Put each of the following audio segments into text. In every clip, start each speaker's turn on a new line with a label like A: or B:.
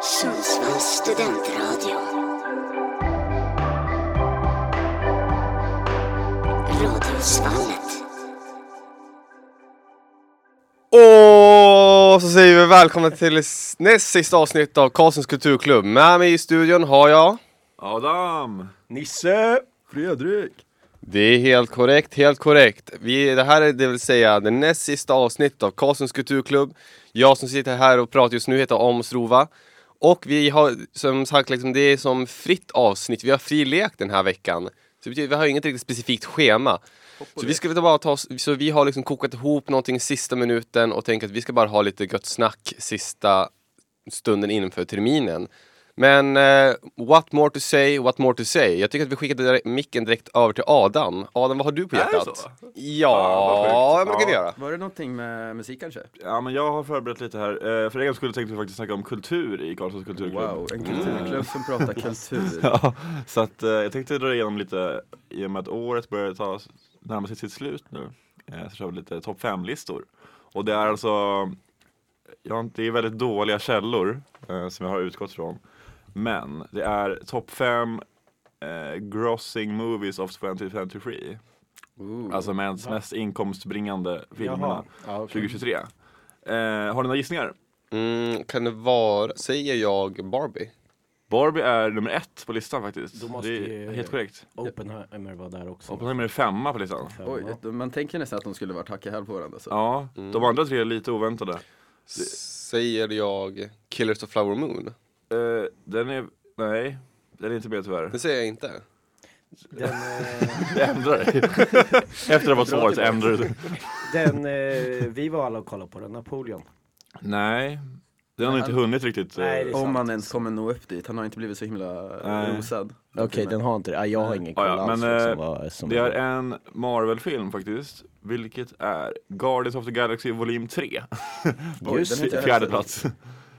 A: Sundsvalls studentradio. Radiosvallet.
B: Och så säger vi välkomna till s- näst sista avsnitt av Karlssons kulturklubb. Med mig i studion har jag...
C: Adam!
D: Nisse!
C: Fredrik!
B: Det är helt korrekt, helt korrekt. Vi, det här är det vill säga det näst sista avsnittet av Karlssons kulturklubb. Jag som sitter här och pratar just nu heter Amos Rova. Och vi har som sagt, liksom, det är som fritt avsnitt. Vi har fri lek den här veckan. Så det betyder, vi har inget riktigt specifikt schema. Så vi, ska bara ta oss, så vi har liksom kokat ihop någonting sista minuten och tänker att vi ska bara ha lite gött snack sista stunden inför terminen. Men eh, what more to say, what more to say. Jag tycker att vi skickade direkt, micken direkt över till Adam. Adam, vad har du på
C: Är det
B: hjärtat?
C: så?
B: Ja, ja
C: vad sjukt.
B: men det kan vi
C: Ja.
B: göra.
D: Var det någonting med musik kanske?
C: Ja men jag har förberett lite här, Eh, för egen skull tänkte vi faktiskt snacka om kultur i Karlssons kulturklubb
D: Wow, en kulturklubb som pratar kultur.
C: Ja, så att eh, jag tänkte dra igenom lite, i och med att året börjar ta, närma sig sitt slut nu, eh, så kör vi lite topp 5-listor. Och det är alltså, jag har inte, det är väldigt dåliga källor eh, som jag har utgått från. Men det är topp 5 eh, grossing movies of 2023.
D: Ooh.
C: Alltså med ens mest inkomstbringande filmerna
D: Ja, okej.
C: 2023. Eh, har ni några gissningar?
B: Mm, kan det vara, säger jag Barbie?
C: Barbie är nummer ett på listan faktiskt.
E: Då måste
C: det är
E: ju-
C: helt korrekt.
E: Oppenheimer var där också.
C: Oppenheimer är femma på listan.
D: Oj, man tänker nästan att de skulle varit hack i häl på varandra. Så.
C: Ja,
E: Mm.
C: de andra tre är lite oväntade.
B: Säger jag Killers of Flower Moon?
C: Eh, den är, nej, den är inte med tyvärr.
B: Det säger jag inte.
E: Den, eh,
C: Ändra dig. Efter att ha fått svaret så ändrar du dig.
E: den, eh, vi var alla och kollade på den, Napoleon.
C: Nej, den har inte hunnit riktigt. eh,
E: Nej, det är sant.
D: Om man ens kommer nå upp dit, han har inte blivit så himla
C: Nej.
D: eh, rosad.
E: Okej, den har inte det. Ah, jag har ingen koll
C: Ja, ja,
E: alls.
C: men,
E: liksom,
C: eh,
E: vad som
C: Det är en Marvel-film faktiskt, vilket är Guardians of the Galaxy volym 3.
E: Just
D: den är inte
E: det.
D: jag
C: Fjärde
D: sett.
C: plats.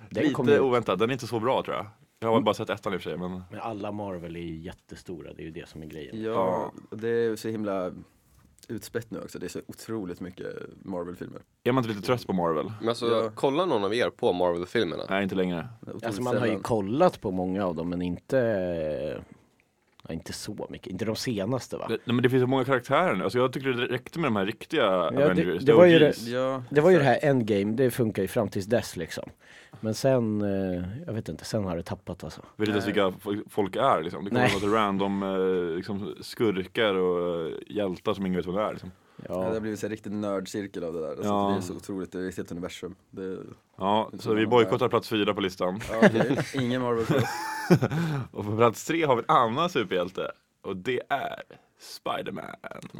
E: Den kom
C: Lite
E: ju, Mm.
C: oväntat, den är inte så bra tror jag. Jag har bara sett ettan i och för sig men
E: men alla Marvel är ju jättestora, det är ju det som är grejen.
D: Ja, det är ju så himla utspätt nu också, det är så otroligt mycket Marvel-filmer.
C: är man inte lite trött på Marvel?
B: Men alltså,
D: Ja.
B: kollar någon av er på Marvel-filmerna?
C: Nej inte längre.
D: Otroligt
E: Alltså man har ju
D: sällan.
E: kollat på många av dem, men inte... ja, inte så mycket. Inte de senaste va?
C: Det, nej, men det finns så många karaktärer nu, alltså jag tycker det räckte med de här riktiga
E: det-
C: Avengers.
E: det var ju
C: OGs.
E: det-
D: Ja,
E: Det var ju det här endgame, det funkar ju fram tills dess liksom. Men sen, eh, jag vet inte, sen har det tappat alltså.
C: Vet inte ens vilka fo- folk är liksom. Det kommer
E: Nej.
C: vara lite random eh, liksom, skurkar och eh, hjältar som ingen vet vem det är liksom.
D: Ja, det
E: Ja,
D: har blivit en riktig nördcirkel av det där. Alltså,
C: Ja.
D: Det är så otroligt, det är ett helt universum. Det,
C: Ja,
D: Det
C: så
D: tror
C: vi
D: jag
C: bojkottar plats fyra på listan.
D: ja, okej. Ingen Marvel för oss.
C: Och på plats tre har vi en annan superhjälte. Och det är Spiderman.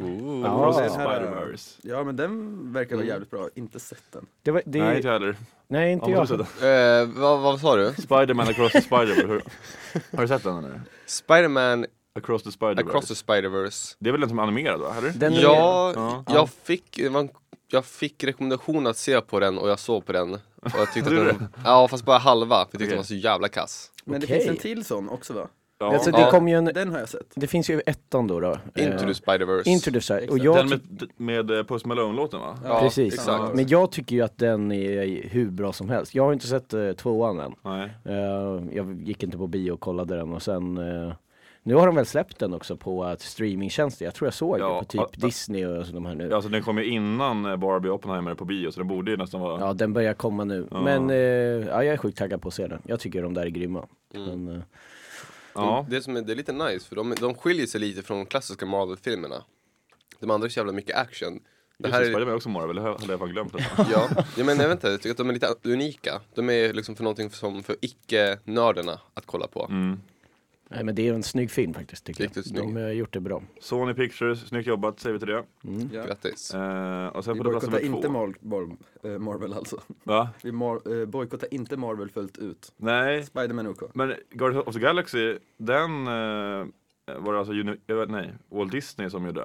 B: Ooh.
C: Across
E: Ja.
C: the Spider-Verse.
D: Ja men den verkar vara jävligt bra, inte sett den.
E: det var, det,
C: Nej, inte
E: nej,
C: jag heller.
E: inte
C: Ja,
E: jag.
C: måste du sätta.
B: Eh, vad, vad sa du?
C: Spider-Man across the Spider-Verse. Hur- Har du sett den eller?
B: Spider-Man
C: Across the Spider-Verse.
B: Across the Spider-Verse
C: Det är väl den som är animerad va? Eller?
E: Den är-
B: Ja,
C: Ja.
B: jag fick, det var en- jag fick rekommendation att se på den och jag såg på den. Och jag tyckte att
C: Du
B: den, ja fast bara halva, för jag tyckte
C: Okej.
B: den var så jävla kass.
D: Men
E: Okej.
D: det finns en till sån också va?
C: Ja.
E: Alltså,
B: Ja.
E: det, kom ju en,
D: Den har jag sett.
E: det finns ju ettan då. då.
B: Into the
E: eh,
B: Spider-Verse.
E: Into the Spider- Och
C: Den
E: jag ty-
C: med, med eh, Post Malone-låten va?
B: ja,
E: precis.
B: Exakt.
E: Men jag tycker ju att den är hur bra som helst. Jag har inte sett eh, tvåan än.
C: Nej.
E: Eh, jag gick inte på bio och kollade den och sen eh, nu har de väl släppt den också på uh, streamingtjänster. Jag tror jag såg
C: Ja,
E: det på typ
C: ja, ja.
E: Disney och så de här nu.
C: Alltså den kom ju innan eh, Barbie och Oppenheimer på bio så den borde ju nästan vara
E: Ja, den börjar komma nu.
C: Ja.
E: Men eh, ja, jag är sjukt taggad på att se den. Jag tycker de där är grymma. Men, eh,
C: Ja.
B: Det, som är, det är lite nice, för de, de skiljer sig lite från de klassiska Marvel-filmerna. De andra är så jävla mycket action. Det här är,
C: Spiderman är också Marvel, det hade jag fan glömt.
B: ja, jag menar jag vet inte, jag tycker att de är lite unika. De är liksom för någonting som för icke-nördarna att kolla på.
C: Mm.
E: nej, men det är en snygg film faktiskt. Tycker
B: Riktigt
E: jag.
B: snygg.
E: De eh, har gjort det bra.
C: Sony Pictures, snyggt jobbat säger vi till det.
D: Ja.
B: Grattis.
C: Eh, och sen
D: Vi
C: på plats
D: bojkottar
C: nummer
D: Mm. inte
C: två.
D: Mar- Mar- eh, Marvel alltså.
C: Va?
D: Vi mar- eh, bojkottar inte Marvel fullt ut.
C: Nej,
D: Spiderman OK.
C: men Guardians of the Galaxy, den eh, var det alltså Uni- jag vet- nej, Walt Disney som gjorde.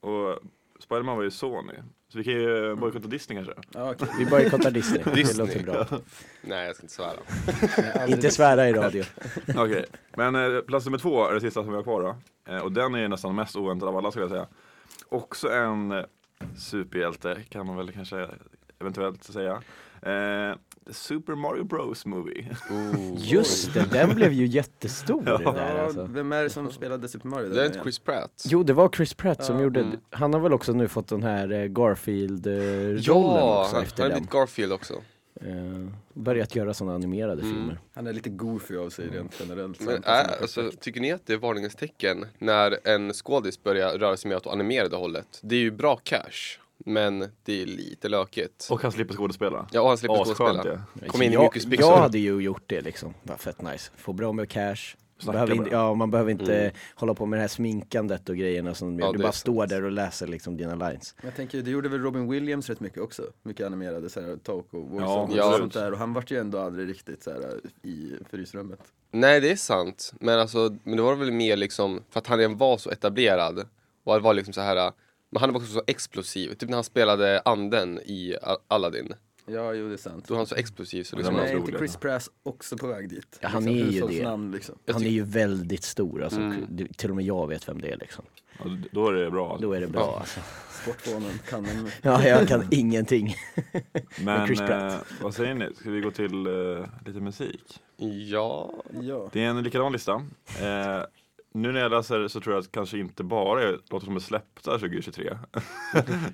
C: Och Spiderman var ju Sony. Så vi kan ju bojkotta Disney kanske.
D: Ja, okej.
E: Vi bojkottar Disney. Det
B: Disney.
E: låter bra.
B: Nej, jag ska inte svära.
E: Inte svära i radio.
C: Okej, men eh, plats nummer två är det sista som vi har kvar då. Eh, och den är ju nästan mest oväntad av alla skulle jag säga. Också en eh, superhjälte kan man väl kanske eventuellt så säga. Eh, Super Mario Bros Movie.
E: Just det, den blev ju jättestor det där
D: Ja,
E: alltså.
D: vem är det som spelade Super Mario?
B: Det är inte Chris Pratt.
E: Jo, det var Chris Pratt som
D: Ja.
E: gjorde,
B: Mm.
E: han har väl också nu fått den här eh, Garfield-rollen
B: ja,
E: också
B: han
E: efter
B: han är
E: den.
B: lite Garfield också.
E: Eh, börjat göra sådana animerade
B: Mm.
E: filmer.
D: Han är lite goofy av sig rent generellt.
B: Men
D: så han passar
B: äh,
D: inte
B: alltså,
D: perfekt.
B: tycker ni att det är varningens tecken när en skådis börjar röra sig mer åt animerade hållet? Det är ju bra cash, men det är lite lökigt.
C: Och han slipper skådespela.
B: Ja, och han slipper
C: Asskönt
B: skådespela.
C: det.
B: Kom in i
E: jag,
B: mjukisbyxor.
E: Jag hade ju gjort det liksom, bara fett nice. Få bra med cash.
C: Snacka
E: Behöver
C: bra.
E: inte, ja, man behöver inte
B: Mm.
E: hålla på med det här sminkandet och grejerna som de
B: Ja,
E: gör. Du
B: det är
E: bara
B: sant.
E: står där och läser liksom dina lines.
D: Men jag tänker, det gjorde väl Robin Williams rätt mycket också? Mycket animerade såhär, talk och voice
B: Ja,
D: och
B: absolut.
D: sånt där. Och han vart ju ändå aldrig riktigt såhär i frysrummet.
B: Nej, det är sant. Men, alltså, men det var väl mer liksom, för att han redan var så etablerad. Och han var liksom så här, men han var också så explosiv. Typ när han spelade anden i A- Aladdin.
D: Ja, jo det är sant.
B: Då var han så explosiv så
C: Ja,
B: liksom,
C: men jag
D: Men är
C: tror
D: inte
C: det.
D: Chris Pratt också på väg dit?
E: Ja, han är ju det.
D: hushållsnamn, Liksom.
B: Jag
E: Han är ju väldigt stor alltså,
B: Mm.
E: Du- till och med jag vet vem det är liksom.
C: Ja, då är det bra.
E: Då är det bra alltså.
D: Sportfånen, kan en...
E: Ja, jag kan ingenting.
C: Men
E: Chris Pratt.
C: eh, vad säger ni? Ska vi gå till eh, lite musik?
B: ja.
D: Ja.
C: Det är en likadan lista. Eh, nu när jag läser så tror jag att kanske inte bara är låtar som är släppta 2023.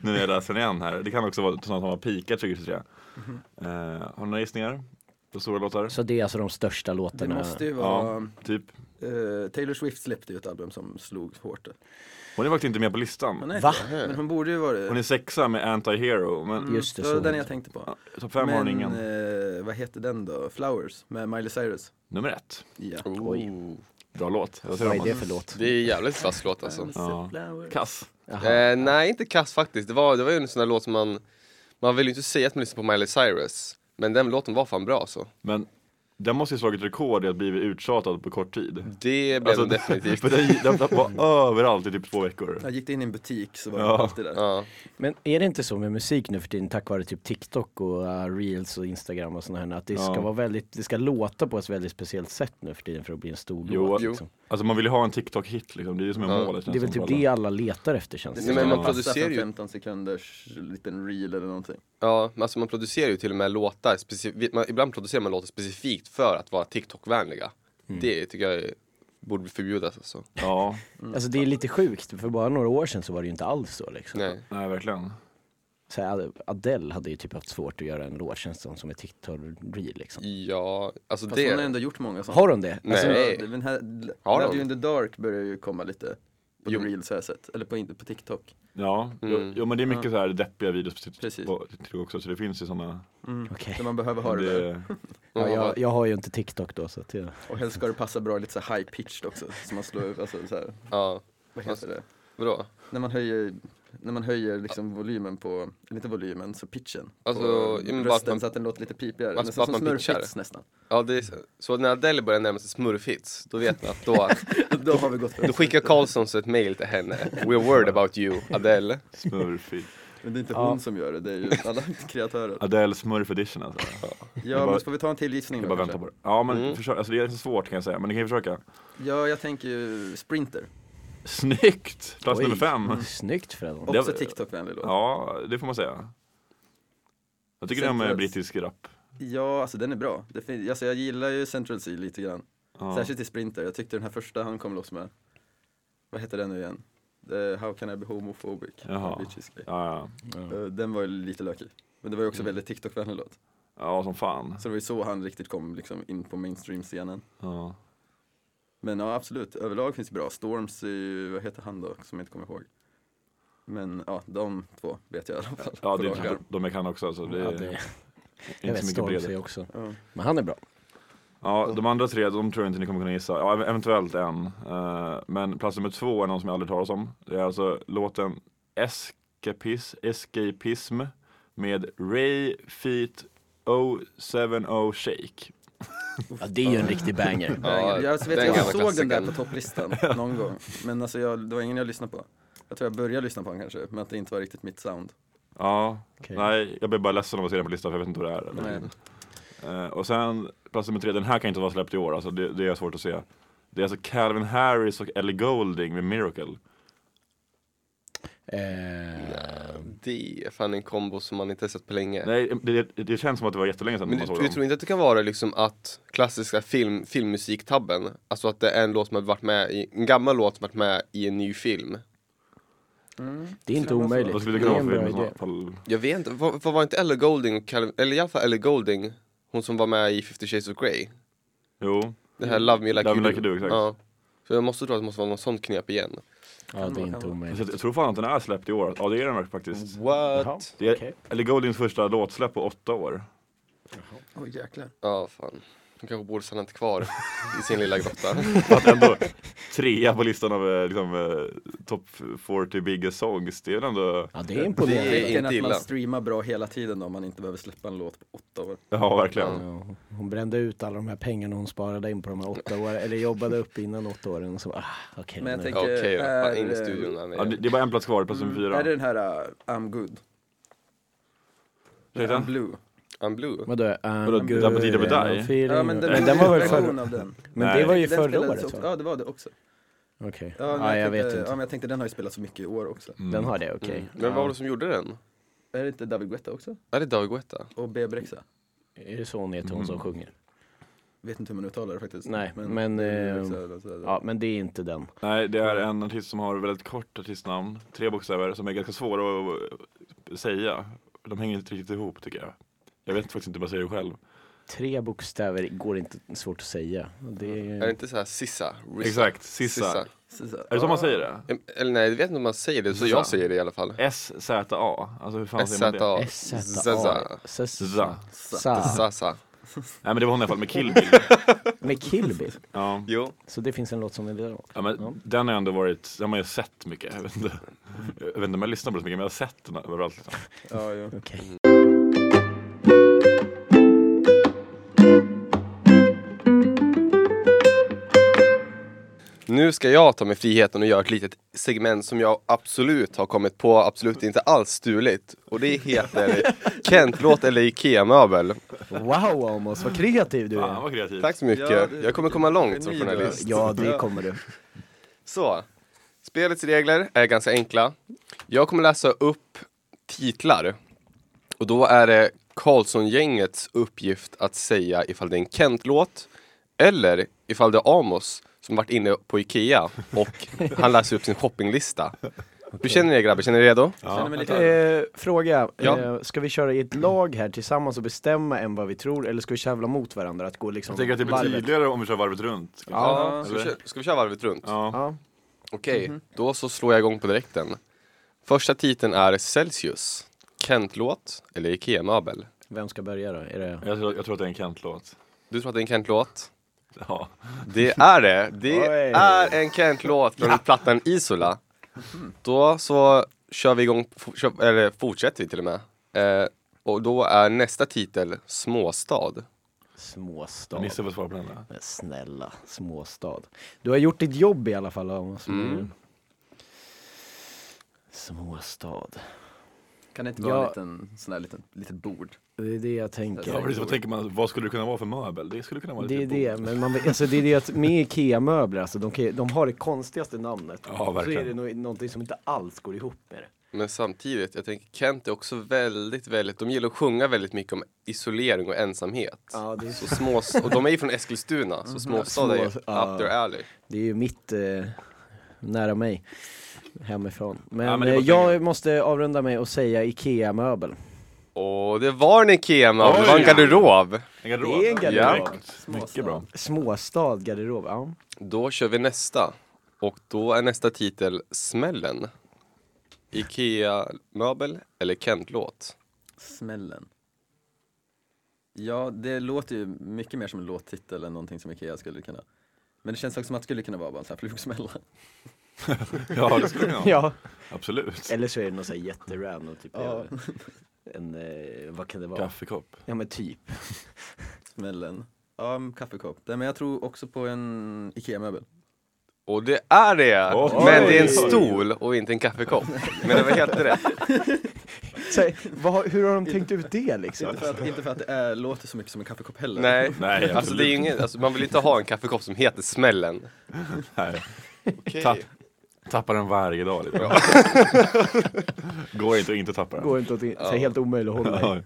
C: nu när jag läser den igen här. Det kan också vara sådana som har peakat 2023. Eh, har ni några gissningar? På stora låtar?
E: Så det är alltså de största
D: Det
E: låtarna.
D: måste ju
C: Ja,
D: vara...
C: typ.
D: eh, Taylor Swift släppte ju ett album som slog hårt.
C: Hon är faktiskt inte med på listan.
D: Men, nej,
E: Va?
D: men hon borde ju vara det.
C: Hon är sexa med Anti-Hero. Men
D: Mm,
E: Just det,
D: det
E: så
D: var den
E: hon-
D: jag tänkte på.
C: topp fem har hon
D: men
C: ingen.
D: eh, vad heter den då? Flowers med Miley Cyrus.
C: Nummer ett.
D: Ja.
E: Oj.
B: Oh.
C: Bra låt. Jag ser
E: Vad
C: dem.
E: är det för låt?
B: Det är jävligt vass låt alltså.
C: Ja. Kass.
E: Jaha.
B: Eh, nej, inte kass faktiskt. Det var, det var ju en sån där låt som man... Man vill ju inte säga att man lyssnar på Miley Cyrus. Men den låten var fan bra alltså.
C: Men den måste ju slagit rekord i att bli uttjatad på kort
D: Mm.
C: tid.
B: Det blev
C: Alltså,
B: den definitivt.
C: För den, den, den var överallt i typ två veckor.
D: Jag gick in i en butik så var
C: Ja.
D: det alltid där.
B: Ja.
E: Men är det inte så med musik nu för tiden tack vare typ TikTok och eh, reels och Instagram och sådana här att det ska
C: Ja.
E: vara väldigt, det ska låta på ett väldigt speciellt sätt nu för tiden för att bli en stor
C: Jo,
E: låt
B: jo.
E: liksom.
C: Alltså man vill ju ha en TikTok-hit liksom, det är ju som är
B: Ja,
C: målet.
E: Det är väl
C: känns som
E: typ
C: för
E: det
C: alla.
E: alla letar efter känns
D: Det
E: det
B: Nej,
D: ska
E: som.
B: men man
D: passa
B: producerar
D: för
B: ju-
D: 15 sekunders liten reel eller någonting.
B: Ja, men alltså man producerar ju till och med låtar, specif- man, ibland producerar man låtar specifikt för att vara TikTok-vänliga. Det tycker jag är, borde förbjudas alltså.
C: Ja,
E: Alltså det är lite sjukt, för bara några år sedan så var det ju inte alls så liksom.
B: Nej.
C: nej verkligen.
E: Så här, Adele hade ju typ haft svårt att göra en låt känns det som, som ett TikTok-reel liksom.
B: Ja, alltså
D: Fast
B: det...
D: hon har ändå gjort många sådana.
E: Har hon det?
B: Nej.
D: Alltså, den här,
B: Har
D: Love
B: hon?
D: You In The Dark börjar ju komma lite på
B: Jo.
D: reels här sätt, eller på, på TikTok.
C: Ja,
B: Mm.
C: jo, jo men det är mycket så här deppiga videos på TikTok
D: Precis.
C: på TikTok också så det finns ju sådana.
E: Okej.
D: Där man behöver ha
C: Men
D: det där.
C: Det,
E: Ja, jag, jag har ju inte TikTok då så att jag...
D: Och helst ska det passa bra lite så här high-pitched också. Så man slår upp, alltså så här,
B: ja.
D: vad heter det?
B: Vadå?
D: När man höjer, när man höjer liksom volymen på, eller inte volymen, så pitchen.
B: Alltså,
D: på
B: ja, men bara att
D: rösten
B: man-
D: så att den låter lite pipigare.
B: Alltså, bara
D: Nästan som
B: att man pitchar.
D: smurfhits nästan.
B: Ja, det är, så- så när Adele börjar närma sig smurfhits, då vet man att då,
D: Då har vi gått för
B: då skickar Karlsson så ett mail till henne. We're worried about you, Adele.
C: smurfigt.
D: Men det är inte
E: Ja.
D: hon som gör det, det är ju alla kreatörer.
C: Adele Smurf edition alltså.
D: Ja,
C: bara-
D: men så får vi ta en till gissning
C: Jag
D: då
C: bara
D: kanske?
C: väntar på det. Ja men
B: Mm.
C: försök, alltså det är ganska svårt kan jag säga, men ni kan ju försöka.
D: Ja, jag tänker ju Sprinter.
C: Snyggt! Plats
E: Oj. Mm.
C: nummer fem.
E: Snyggt Freddan.
C: Det
D: Också
C: var-
D: TikTok-vänlig låt. Ja.
C: Ja, det får man säga. Jag tycker det om eh,
D: Central-
C: brittisk rap.
D: alltså den är bra. Det fin- alltså, jag gillar ju Central Sea lite grann.
C: Ja.
D: Särskilt i Sprinter. Jag tyckte den här första han kom loss med, vad heter den nu igen? Eh, How can I be homophobic?
C: Jaha.
D: Bitches gay.
C: Ja, ja. Mm.
D: Eh, Den var ju lite lökig. Men det var ju också väldigt TikTok-vänlig låt.
C: ja, som fan.
D: Så det var ju så han riktigt kom liksom in på mainstream-scenen.
C: Ja.
D: Men ja, absolut. Överlag finns det bra. Storms är ju, vad heter han då, som jag inte kommer ihåg. Men ja, de två vet jag i alla fall.
C: Ja,
D: på
C: det är
D: rak
C: typ
D: arm.
C: de jag kan också. Så det
E: Ja,
C: är
E: det, jag
C: inte
E: vet
C: så mycket
E: Storms
C: bredare.
E: är också.
D: Ja.
E: Men han är bra.
C: Ja, de andra tre, de tror jag inte ni kommer kunna gissa. Ja, ev- eventuellt en. Eh, Men plats nummer två är någon som jag aldrig talas om. Det är alltså låten Escapis, Escapism med Ray Feet 070 Shake.
E: Ja, det är ju en riktig banger.
B: Ja,
D: Ja, jag alltså, vet,
B: den
D: jag
B: gamla
D: såg den där
B: klassikern.
D: på topplistan någon gång. Men alltså jag, det var ingen jag lyssnade på. Jag tror jag började lyssna på den kanske, men att det inte var riktigt mitt sound.
C: Ja,
E: Okej.
C: nej, jag blir bara ledsen om jag ser den på listan för jag vet inte vad det är.
D: Nej.
C: Eh, och sen plats nummer tre, den här kan inte vara släppt i år, alltså det, det är svårt att se. Det är alltså Calvin Harris och Ellie Golding med Miracle.
E: Eh,
B: Det är fan en kombo som man inte har sett på länge.
C: Nej, det, det, det känns som att det var jättelänge sedan
B: Men
C: man
B: du,
C: såg
B: du
C: dem.
B: tror inte att det kan vara liksom att klassiska film, filmmusiktabben, alltså att det är en låt som har varit med i, en gammal låt som varit med i en ny film?
E: Det är inte omöjligt.
C: Vad skulle
E: det
C: det kunna
E: är
C: vara
E: en
C: för film i
E: bra idé.
C: sådana fall?
B: Jag vet inte, var, var, var inte Ella Golding, och Calvin- eller i alla fall Ella Golding, hon som var med i 50 shades of Grey?
C: Jo,
B: Det här Love Me Like,
C: Mm. Love
B: you,
C: Me Like
B: do.
C: You Do, exakt.
B: Ja. Så jag måste tro att det måste vara något sånt knep igen.
E: Ja, det är inte
C: Fast
E: omöjligt.
C: jag, jag tror fan att den är släppt i år. Ja, det är den verk-
B: Mm.
C: faktiskt.
B: What?
E: Jaha,
C: Det är
E: okej.
C: Ellie Goldings första låtsläpp på åtta år.
D: Oj jäklar.
B: Ja, fan. Hon kanske borde stanna kvar i sin lilla grotta.
C: Att ändå trea på listan av eh, liksom, eh, top 40 biggest songs. Det är väl ändå,
E: Ja, det är
D: Det
E: imponerande.
D: är
B: inte
D: att man
B: illa.
D: streamar bra hela tiden då, om man inte behöver släppa en låt på åtta år.
C: ja verkligen.
E: Ja, hon brände ut alla de här pengarna hon sparade in på de här åtta åren, eller jobbade upp innan åtta åren. Och så, bara, ah, okej.
D: Men jag
E: nu.
B: Ja,
D: tänker,
B: Okej då, fan,
D: är,
B: in i
D: eh,
B: studion här
C: Ja, det,
B: med.
C: det är bara en plats kvar, plats
E: Mm,
C: nummer fyra.
D: Är det den här uh, I'm good?
C: Ursäkta?
D: I'm blue.
B: I'm blue. Mm.
E: Vadå?
C: Vadå,
E: Um,
C: Double D, Double Die?
D: Ja men den,
E: den var väl
D: version
E: förra,
D: av den.
E: men det var ju
D: Den
E: förra
D: spelades
E: året
D: också-
E: va?
D: Ja det var det också.
E: Okej.
D: Ja, men
E: Ja, jag
D: tänkte,
E: vet
D: Ja
E: inte. Mm.
D: men jag tänkte den har ju spelats så mycket i år också.
C: Mm.
E: Den har det, okej.
B: Mm. Men vad var det som gjorde den?
D: Är det inte David Guetta också?
B: Är det David Guetta?
D: Och B. Brexa?
E: Är det så hon heter, hon som sjunger?
D: Vet inte hur man uttalar det faktiskt.
E: Nej, men, eh,
D: alltså,
E: Ja, men det är inte den.
C: Nej, det är en artist som har väldigt kort artistnamn, tre bokstäver, som är ganska svåra att eh, säga. De hänger inte riktigt ihop tycker jag. Jag vet faktiskt inte vad jag säger själv.
E: Tre bokstäver går inte svårt att säga. Det är,
B: Är det inte så här Sissa? Rissa?
C: Exakt, Sissa.
B: Sissa.
C: Är det så man säger det?
B: Em- Eller nej, jag vet inte om man säger det, så
C: Zza.
B: jag säger det i alla fall.
C: S-Z-A, alltså hur fan säger man det?
B: SZA.
E: SZA.
C: Zza.
E: SZA. Sa.
B: Sasa.
C: Nej men det var hon i alla fall med Kill Bill.
E: Med Kill Bill.
C: Ja.
B: Jo.
E: Så det finns en låt som är där också.
C: Ja, men Den har jag ändå varit, den har jag sett mycket. Jag vet inte, jag vet inte om jag lyssnar på det så mycket men jag har sett den överallt. Liksom.
D: Ja, jo.
E: Okej.
B: Nu ska jag ta mig friheten och göra ett litet segment som jag absolut har kommit på, absolut inte alls stulit. Och det heter Kent-låt eller IKEA-möbel.
E: Mm. Wow Amos, vad kreativ du
C: Fan
E: är.
C: vad kreativt.
B: Tack så mycket. Jag kommer komma långt som journalist.
E: Ja, det kommer du.
B: Så, spelets regler är ganska enkla. Jag kommer läsa upp titlar. Och då är det Karlsson-gängets uppgift att säga ifall det är en Kent-låt eller ifall det är Amos som varit inne på Ikea och han läser upp sin shoppinglista. Hur känner ni er grabbar? Känner ni er redo?
D: Känner mig lite...
E: Eh, fråga,
B: Ja.
E: eh, ska vi köra i ett lag här tillsammans och bestämma en vad vi tror eller ska vi tävla mot varandra? Att gå liksom
C: Jag tänker att det blir
E: varvet?
C: tydligare om vi kör varvet runt.
E: Ja.
B: Ska vi köra, ska vi köra varvet runt?
C: Ja.
E: Ja.
B: Okej, då så slår jag igång på direkten. Första titeln är Celsius. Kent-låt eller Ikea-möbel?
E: Vem ska börja då? Är det...
C: Jag, tror, jag tror att det är en Kent-låt.
B: Du tror att det är en Kent-låt?
C: Ja.
B: Det är det. Det
E: Oj.
B: är en Kent-låt från plattan Isola. Då så kör vi igång, fo- kör, eller fortsätter vi till och med. Eh, och då är nästa titel Småstad.
E: Småstad.
C: Nisse får svara på den. där.
E: Men snälla, småstad. Du har gjort ditt jobb i alla fall Amos.
B: Mm.
E: Småstad.
D: Kan det inte
E: Ja.
D: vara en liten, sån där liten, litet bord?
E: Det är det jag tänker.
C: Ja, precis, vad tänker man, vad skulle det kunna vara för möbel? Det skulle kunna vara
E: Det är
C: lite
E: det, men man, alltså det är det att med IKEA-möbler, alltså, de, kan, de har det konstigaste namnet.
C: Ja,
E: så är
C: verkligen.
E: det nog, någonting som inte alls går ihop med det.
B: Men samtidigt, jag tänker Kent är också väldigt, väldigt, de gillar att sjunga väldigt mycket om isolering och ensamhet.
E: Ja, det, är, Mm-hmm.
B: Så smås- och de är ju från Eskilstuna, så småstad är ju
E: Små-
B: up
E: ja.
B: their alley.
E: det är ju mitt, eh, nära mig, hemifrån. Men,
C: Ja, men det
E: eh,
C: var
E: jag måste avrunda mig och säga IKEA-möbel.
B: Och det var en Ikea-möbel, det var en
C: Oj.
B: garderob.
C: En garderob.
E: Det är en garderob.
C: Ja. Mycket bra.
E: Småstad, garderob, ja.
B: Då kör vi nästa. Och då är nästa titel Smällen. Ikea-möbel eller Kent-låt?
D: Smällen. Ja, det låter ju mycket mer som en låttitel än någonting som Ikea skulle kunna. Men det känns också som att det skulle kunna vara bara en sån här flugsmälla.
C: Ja, det skulle det kunna vara.
E: Ja,
C: Absolut.
E: eller så är det något såhär jätterandom, typ eh, en, eh, vad kan det vara?
C: Kaffekopp.
E: Ja men typ.
D: Smällen. Ja, en kaffekopp. Nej, men jag tror också på en Ikea-möbel.
B: Och det är det!
C: Oj.
B: Men det är en stol och inte en kaffekopp. Men det var helt rätt.
E: Så, här, vad, har- hur har de tänkt ut det liksom?
D: Inte för, att, inte för att det är, låter så mycket som en kaffekopp heller.
B: Nej.
C: Nej,
B: Alltså, det är ju inget, alltså man vill inte ha en kaffekopp som heter Smällen.
C: Nej.
B: Okej.
C: Tapp. Tappar den varje dag lite. Går inte att inte tappa den.
E: Går inte att... Det är helt omöjligt att hålla i.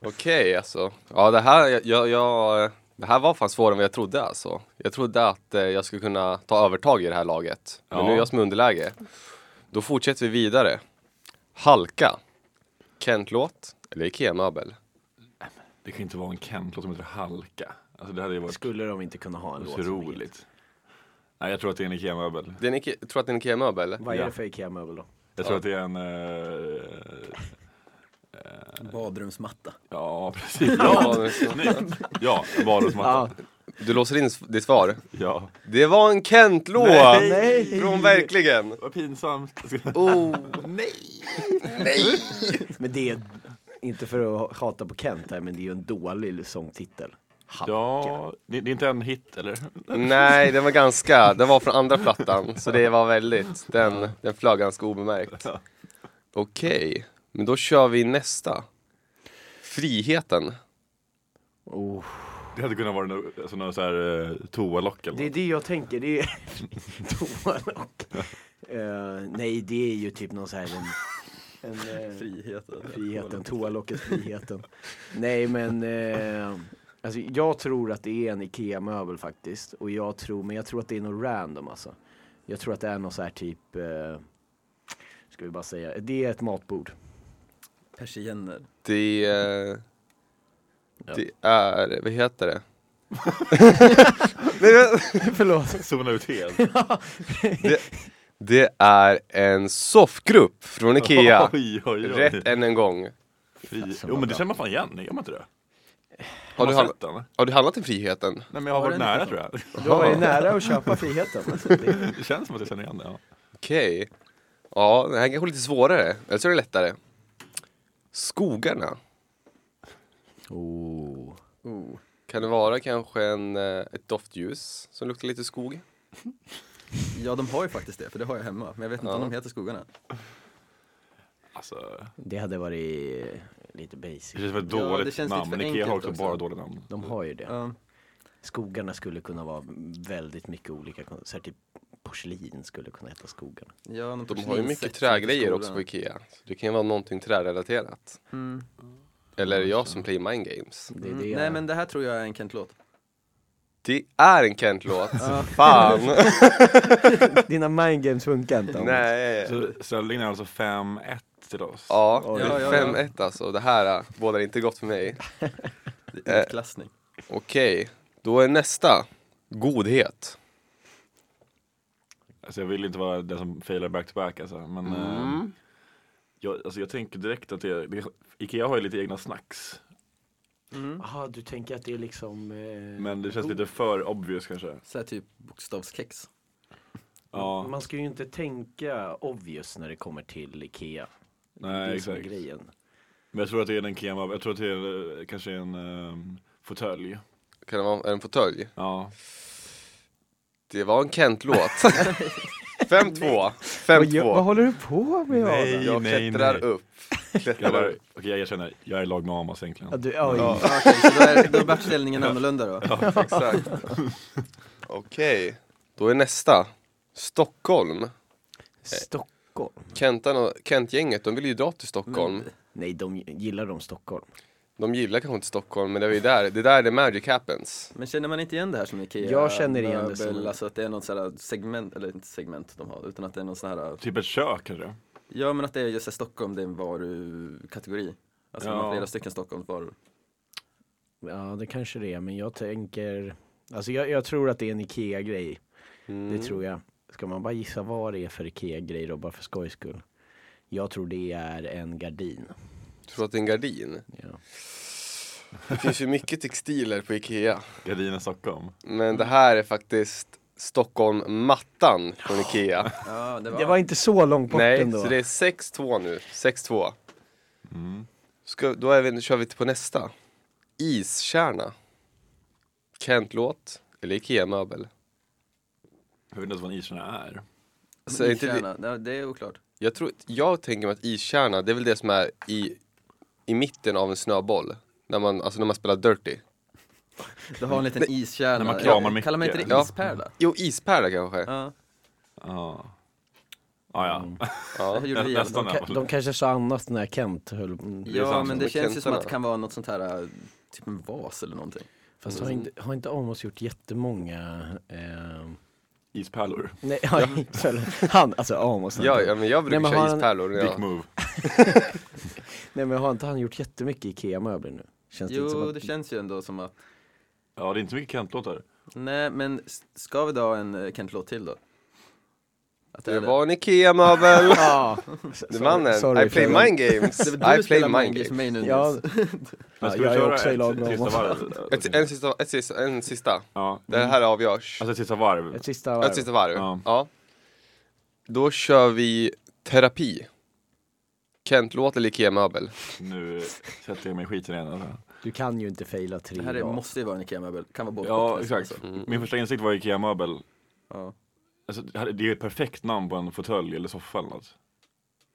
C: Ja.
B: Okej alltså. Ja det här, jag, jag, eh, det här var fan svårare än vad jag trodde alltså. Jag trodde att eh, jag skulle kunna ta övertag i det här laget. Men
C: Ja.
B: nu är jag som underläge. Då fortsätter vi vidare. Halka. Kent-låt eller Ikea-möbel?
C: Det kan ju inte vara en Kent-låt som heter Halka. Alltså det hade ju varit
E: Skulle de inte kunna ha en låt som heter-
C: otroligt. Nej jag tror att det är en Ikea-möbel.
B: Det är en Ike- Jag tror att det är en Ikea-möbel.
E: Vad är
C: Ja.
E: det för IKEA-möbel då?
C: Jag tror att det är en... eh,
D: Badrumsmatta.
C: ja precis.
B: Ja,
C: Ja,
B: det är så.
C: snyggt. ja vardagsmatta.
B: Du låser in s- ditt svar.
C: Ja.
B: Det var en Kent-låt!
C: Nej.
B: Från verkligen!
C: Vad pinsamt.
B: Oh.
E: Men det är, inte för att hata på Kent här, men det är ju en dålig sångtitel. Halka.
C: Ja, det, det är inte en hit eller?
B: Nej, den var ganska, den var från andra plattan, så det var väldigt, den, den flög ganska obemärkt. Okej, men då kör vi nästa. Friheten.
E: Oh.
C: Det hade kunnat vara någon, alltså någon så här eh, toalock eller
E: Det är
C: något.
E: det jag tänker, det är toalock. Eh, nej, det är ju typ någon så här en, en eh,
D: Frihet. eller?
E: friheten, toalocket, friheten. Nej, men eh, alltså, jag tror att det är en IKEA-möbel faktiskt. Och jag tror, men jag tror att det är något random alltså. Jag tror att det är någon så här typ, eh, ska vi bara säga, det är ett matbord.
D: Persienner.
B: Det, eh,
E: Ja.
B: det är, vad heter det?
E: Förlåt.
C: Zona ut helt.
B: Det är en soffgrupp från Ikea.
C: Oj, oj, oj.
B: Rätt än en gång.
C: Fri. Jo men det känner man fan igen, gör man inte det?
B: Har du,
C: man
B: hand,
C: sett den? Nej
B: har du handlat i friheten?
C: men jag har varit nära tror jag.
E: Då var det nära att köpa friheten. Alltså, det,
C: Det känns som att jag känner igen det. Ja.
B: Okej. Ja, den här kanske är lite svårare, eller så är det lättare. Skogarna.
E: oh.
D: Oh.
B: Kan det vara kanske en, eh, ett doftljus som luktar lite skog?
D: Ja, de har ju faktiskt det, för det har jag hemma. Men jag vet inte om de heter Skogarna.
C: Alltså,
E: Det hade varit lite basic.
C: det känns som ett
D: Ja, det
C: dåligt
D: känns lite
C: namn,
D: för
C: men Ikea har
D: enkelt
C: också,
D: också.
C: bara dåliga namn.
E: De har ju det.
D: Ja.
E: Skogarna skulle kunna vara väldigt mycket olika. kon- Så här, typ porslin skulle kunna heta Skogarna.
D: Ja, någon
B: De har ju mycket
D: porslinssäck
B: trägrejer
D: heter
B: också på
D: Skogarna.
B: Ikea. Så det kan ju vara någonting trärelaterat.
D: Mm.
B: Eller är det jag som play mind games?
E: Det är
D: Mm.
E: det.
D: Nej, men det här tror jag är en Kent-låt.
B: Det är en Kent-låt! Fan!
E: Dina mind games funkar inte. Anders.
B: Nej!
C: Så Stöldingen är alltså 5-1 till oss.
B: Ja,
E: Oj.
B: det
D: Ja, ja,
B: är
D: ja.
B: 5-1 alltså. Det här eh, bådar inte gott för mig.
D: Det är Utklassning.
B: Okej, då är nästa. Godhet.
C: Alltså jag vill inte vara den som failar back-to-back alltså, men eh, jag, alltså, jag tänker direkt att det, det Ikea har ju lite egna snacks.
E: Jaha, du tänker att det är liksom... Eh,
C: Men det känns lite för obvious kanske.
D: Så här typ bokstavskex.
C: Ja,
E: Man ska ju inte tänka obvious när det kommer till Ikea. det är
C: nej
E: det som är
C: exakt.
E: grejen.
C: Men jag tror att det är en Ikea, jag tror att det är eh, kanske en um, fåtölj.
B: Kan det vara är det en fåtölj?
C: Ja.
B: Det var en Kent-låt. 5-2.
E: Vad, gör, vad
B: 5-2.
E: håller du på med?
C: Nej.
E: Adam?
B: Jag
C: nej,
B: klättrar
C: nej.
B: upp. Klättrar
C: Grabbar,
B: upp.
C: okej jag erkänner, jag är i lag med Amas egentligen.
E: Ja, du, oj.
D: Ja. Okej, så då är- då vart ställningen annorlunda då.
B: Exakt. Okej, då är nästa. Stockholm.
E: Stockholm?
B: Kentan och Kent-gänget, de vill ju dra till Stockholm.
E: Nej, de gillar de Stockholm.
B: De gillar kanske inte Stockholm, men det är ju där, det är där the magic happens.
D: Men känner man inte igen det här som Ikea?
E: Jag känner igen det som-
D: möbel, Alltså att det är något sådant segment, eller inte segment de har, utan att det är någon sån här
C: Typ ett kök kanske?
D: Ja men att det är just här, Stockholm, det är en varukategori. Alltså de
C: Ja.
D: har flera stycken Stockholmsvaror.
E: Ja, det kanske det är, men jag tänker... Alltså jag, jag tror att det är en IKEA-grej. Det tror jag. Ska man bara gissa vad det är för IKEA-grej då, bara för skojs skull? Jag tror det är en gardin.
B: Jag tror att det är en gardin.
E: Ja.
B: Det finns ju mycket textiler på Ikea.
C: Gardinen Stockholm.
B: Men det här är faktiskt Stockholm-mattan från Ikea.
D: Ja, det var...
E: Det var inte så långt bort
B: Nej,
E: ändå.
B: så det är 6-2 nu. 6-2.
E: Mm.
B: Ska, då är vi, kör vi på nästa. Iskärna. Kent-låt eller Ikea-möbel?
C: Jag vet inte ens vad en iskärna är.
B: Så Alltså, är inte det-
D: Ikärna, det... det är oklart.
B: Jag, tror, jag tänker mig att iskärna, det är väl det som är i, i mitten av en snöboll. När man, alltså när man spelar dirty.
D: Du har en liten iskärna.
C: när man kramar
D: Kallar man inte
C: mycket.
D: det ispärla?
B: Jo, ispärla kanske.
D: Ja.
C: Ja. Ah, ja.
E: Mm.
B: Ja.
D: Jag gjorde vi
C: nästan
D: ändå.
C: i alla fall.
E: De kanske sa annat när Kent höll...
B: är
D: Ja,
B: sant
D: men
B: som
D: det
B: med
D: känns ju som
B: kentarna.
D: att det kan vara något sånt här, eh, typ en vas eller någonting.
E: Fast har inte, har inte Amos gjort jättemånga... Eh,
C: Ispärlor.
E: nej, ja. han, alltså Amos.
B: Ja, ja, men jag brukar
E: Nej, men har
B: köra
E: han-
B: ispärlor. när
C: Dick
B: jag-
C: move.
E: Nej men har inte han gjort jättemycket IKEA-möbler nu? Känns det inte som
D: Jo,
E: att...
D: det känns ju ändå som att,
C: Ja, det är inte så mycket Kent-låtar.
D: nej men s- ska vi då ha en eh, Kent-låt till då? Att
B: Det
D: är
B: var en IKEA-möbel.
E: Ja,
B: Du,
E: sorry-
B: Mannen, I play
E: Fredrik.
B: mind games.
D: Det var du
B: I play
D: spelar
B: mind
D: Mind Games
B: games.
D: mig nu
E: Ja,
D: Nils.
E: Ja,
C: Men ska
E: jag
C: vi
E: är
C: köra
E: också i lag
C: ett
E: med
C: sista
E: honom.
C: varv?
B: Ett, en, sista, ett, sista, en sista.
C: Ja.
B: Det här avgörs.
C: Alltså ett sista varv.
E: ett sista
B: Ett
E: varv.
B: sista varv.
C: Ja.
B: Ja. Då kör vi terapi. Kent-låt eller IKEA-möbel?
C: Nu sätter jag mig i skiten igen. Alltså.
E: Du kan ju inte faila tre
D: Det här är,
E: idag.
D: måste ju vara en Ikea-möbel, kan vara både
C: Ja,
D: och
C: exakt.
D: Alltså.
E: Mm.
C: Min första insikt var Ikea-möbel.
D: Ja.
C: Alltså, det här- det är ju ett perfekt namn på en fåtölj eller soffa eller något.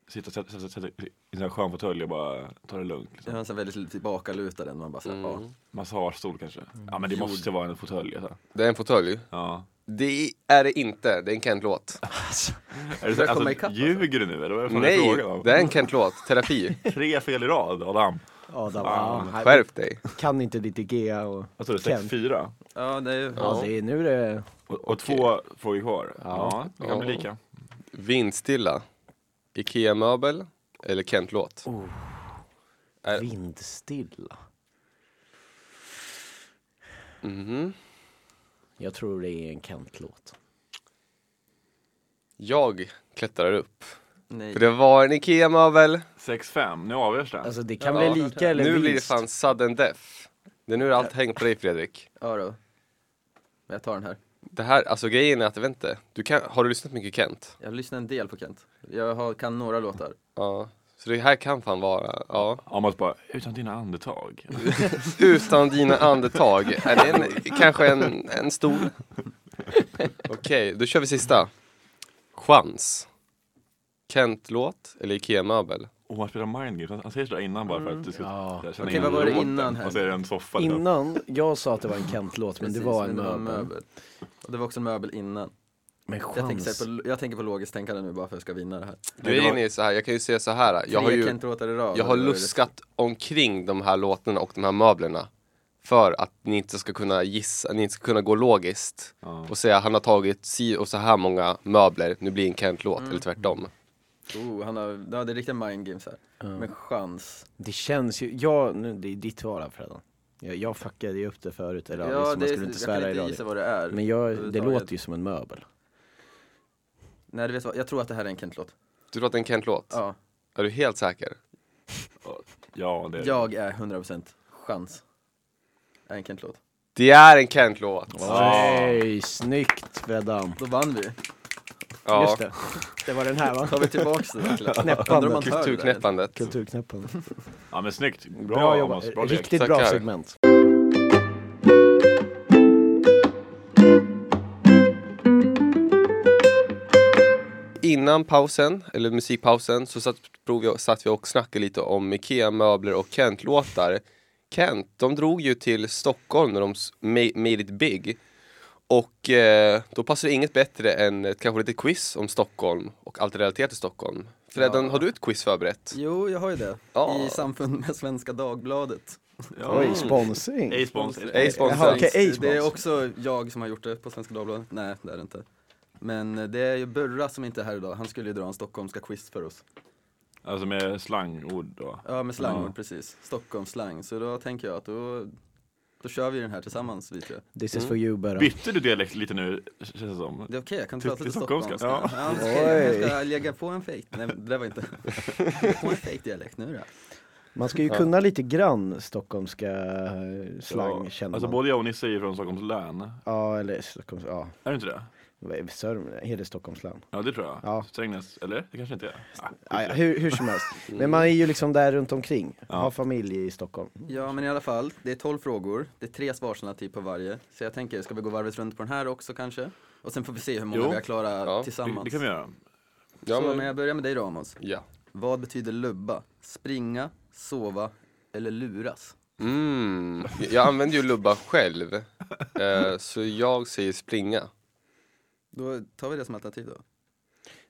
C: Sitta sätta- sätta- sätta i en sån här skön fåtölj och bara ta det lugnt.
D: Jag
C: Liksom.
D: har en sån väldigt lite tillbakalutad en, man bara såhär, ja.
C: Massagestol kanske.
E: Mm.
C: Ja men det måste vara en fåtölj. Alltså.
B: Det är en fåtölj.
C: Ja.
B: Det är det inte, det är en Kent-låt.
C: Är det,
D: börjar
C: så-
D: komma
C: alltså,
D: ikapp, alltså.
C: ljuger du nu eller vad är det fan
B: Nej,
C: frågan om?
B: det är en Kent-låt. Terapi.
C: Tre fel i rad Adam.
E: Adam, ja, här-
B: Skärp dig.
E: kan inte ditt IKEA och
C: Vad står det?
E: Kent.
C: 6-4?
D: Ja, det är ju,
E: Ja, det är nu är det...
C: Och, och två frågor kvar. Ja, det kan bli
B: Ja.
C: lika.
B: Vindstilla. IKEA-möbel eller Kent-låt?
E: Oh.
B: Är-
E: Vindstilla. Jag tror det är en Kent-låt.
B: Jag klättrar upp.
D: nej.
B: För det var en IKEA-möbel.
C: 6-5, nu avgörs det.
E: Alltså det kan
B: Ja,
E: bli lika eller
B: Nu
E: vinst.
B: blir det fan sudden death. Det är nu allt hänger på dig Fredrik.
D: Ja då. Men jag tar den här.
B: Det här, alltså grejen är att, jag vet inte. Du kan, har du lyssnat mycket Kent?
D: Jag lyssnar en del på Kent. Jag har, kan några låtar.
B: Ja. Så det här kan fan vara, ja.
C: Amos bara, utan dina andetag.
B: Utan dina andetag. Är det en, kanske en, en stol? Okej, då kör vi sista. Chans. Kent-låt eller IKEA-möbel?
C: Och han spelar mind games, han, han säger sådär innan bara för att du ska
E: Ja.
C: jag känner
D: Okej, vad var det
C: mot den.
D: innan här?
C: Och så är det en soffa. typ. Innan.
E: Innan, jag sa att det var en Kent-låt men det
D: Precis,
E: var en möbel.
D: Och det var också en möbel innan.
E: Men
D: Jag tänker,
E: chans.
D: så här på, jag tänker på logiskt tänkande nu bara för att jag ska vinna det här.
B: Du är inne i så här, jag kan ju säga så här. Jag
D: Tre
B: har ju
D: Kent-låtar i rad.
B: jag har
D: eller vad är det?
B: luskat omkring de här låtarna och de här möblerna. För att ni inte ska kunna gissa, ni inte ska kunna gå logiskt.
C: Ja.
B: Och säga han har tagit si och så här många möbler, nu blir det en Kent-låt. Eller tvärtom.
D: Oh, han har, ja, det är riktiga mind games här. Men chans.
E: Det känns ju, jag, nu, det är ditt val här, Fredan. Jag, jag fuckade ju upp det förut, eller ja, liksom,
D: det,
E: man
D: är-
E: skulle inte
D: jag
E: svära
D: kan
E: i
D: inte
E: radio.
D: gissa vad det är.
E: Men jag, det
D: överhuvudtaget.
E: låter ju som en möbel.
D: Nej, du vet vad, jag tror att det här är en Kent-låt.
B: Du tror att det är en Kent-låt?
D: Ja,
B: Är du helt säker?
C: Ja, det är det.
D: jag är 100% chans. Är en Kent-låt.
B: Det är en Kent-låt!
E: Oj, snyggt Fredan.
D: Då vann vi.
B: Ja.
E: Just det, det var den här va?
D: Tar vi tillbaks det där? Claes? Undrar om man
E: Knäppandet.
D: hör det där.
B: Kulturknäppandet.
E: Kulturknäppandet.
C: Ja men snyggt, bra,
E: Bra,
C: Amos,
E: jobbat,
C: bra lek.
E: riktigt bra
B: Tackar.
E: segment.
B: Innan pausen, eller musikpausen, så satt, prov vi, satt vi och snackade lite om IKEA-möbler och Kent-låtar. Kent, de drog ju till Stockholm när de s- ma- made it big. Och eh, då passar det inget bättre än ett, kanske lite quiz om Stockholm och allt relaterat till Stockholm. Freddan,
D: Ja.
B: har du ett quiz förberett?
D: Jo, jag har ju det.
B: Ja.
D: I samfund med Svenska Dagbladet.
E: Oj, sponsring.
C: Ej spons.
B: Ej sponsring.
E: Jaha, okej, ej
D: det är
E: sponsring.
D: också jag som har gjort det på Svenska Dagbladet. Nej, det är det inte. Men eh, det är ju Burra som inte är här idag. Han skulle ju dra en stockholmska quiz för oss.
C: Alltså med slangord då.
D: Ja, med slangord
C: Ja.
D: precis. Stockholmsslang. Så då tänker jag att då, då kör vi den här tillsammans, vi tre.
E: This is for you Berra.
C: Bytte du dialekt lite nu, känns det som?
D: Det är okej, jag kan
C: Till-
D: prata lite
C: till stockholmska?
D: stockholmska. Ja. Ja,
E: Ja.
D: okej,
E: Oj.
D: jag ska lägga på en fejk. Nej, det där var inte. på en fejkdialekt nu då.
E: Man ska ju kunna lite grann stockholmska eh, slang
C: Ja.
E: känner
C: Alltså
E: man.
C: både jag och Nisse är ju från Stockholms län.
E: Ja, eller Stockholms, ja.
C: Är du inte det?
E: Vad är- Sörm- Är det Stockholms län?
C: Ja det tror jag.
E: Ja.
C: Strängnäs, eller? Det kanske inte är. Ah,
E: Ja, ja, hur, hur som helst. Men man är ju liksom där runt omkring.
C: Ja.
E: Har familj i Stockholm.
D: Ja, men i alla fall, det är 12 frågor. Det är tre svarsalternativ på varje. Så jag tänker, ska vi gå varvet runt på den här också kanske? Och sen får vi se hur många
C: Jo.
D: vi har klarat
B: Ja,
C: det,
D: tillsammans.
C: det kan vi göra.
B: Ja,
D: Så, men
B: men,
D: jag börjar med dig då Amos.
B: ja.
D: Vad betyder lubba? Springa, sova eller luras?
B: Mm. Jag använder ju lubba själv, eh, så jag säger springa.
D: Då tar vi det som alternativ då.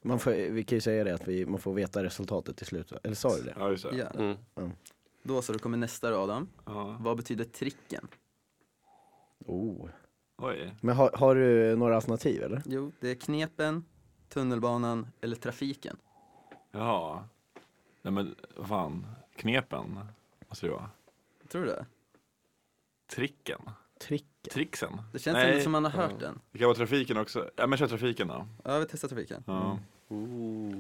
E: Man får, vi kan ju säga det att vi, man får veta resultatet till slut. va? Eller sa du det?
C: Ja, just det.
D: Ja.
B: Mm.
D: Då så, då kommer nästa då Adam.
C: Ja.
D: Vad betyder tricken?
E: Oh.
C: Oj.
E: Men har, har du några alternativ eller?
D: Jo, det är knepen, tunnelbanan eller trafiken.
C: Jaha. Nej men, vad fan. Knepen, måste det vara.
D: Tror du det?
C: Tricken?
E: Trick.
C: Trixen?
D: Det känns
C: Nej.
D: ändå som man har hört den.
C: Det kan vara trafiken också. Ja men kör trafiken då.
D: Ja, vi testar trafiken.
C: Ja.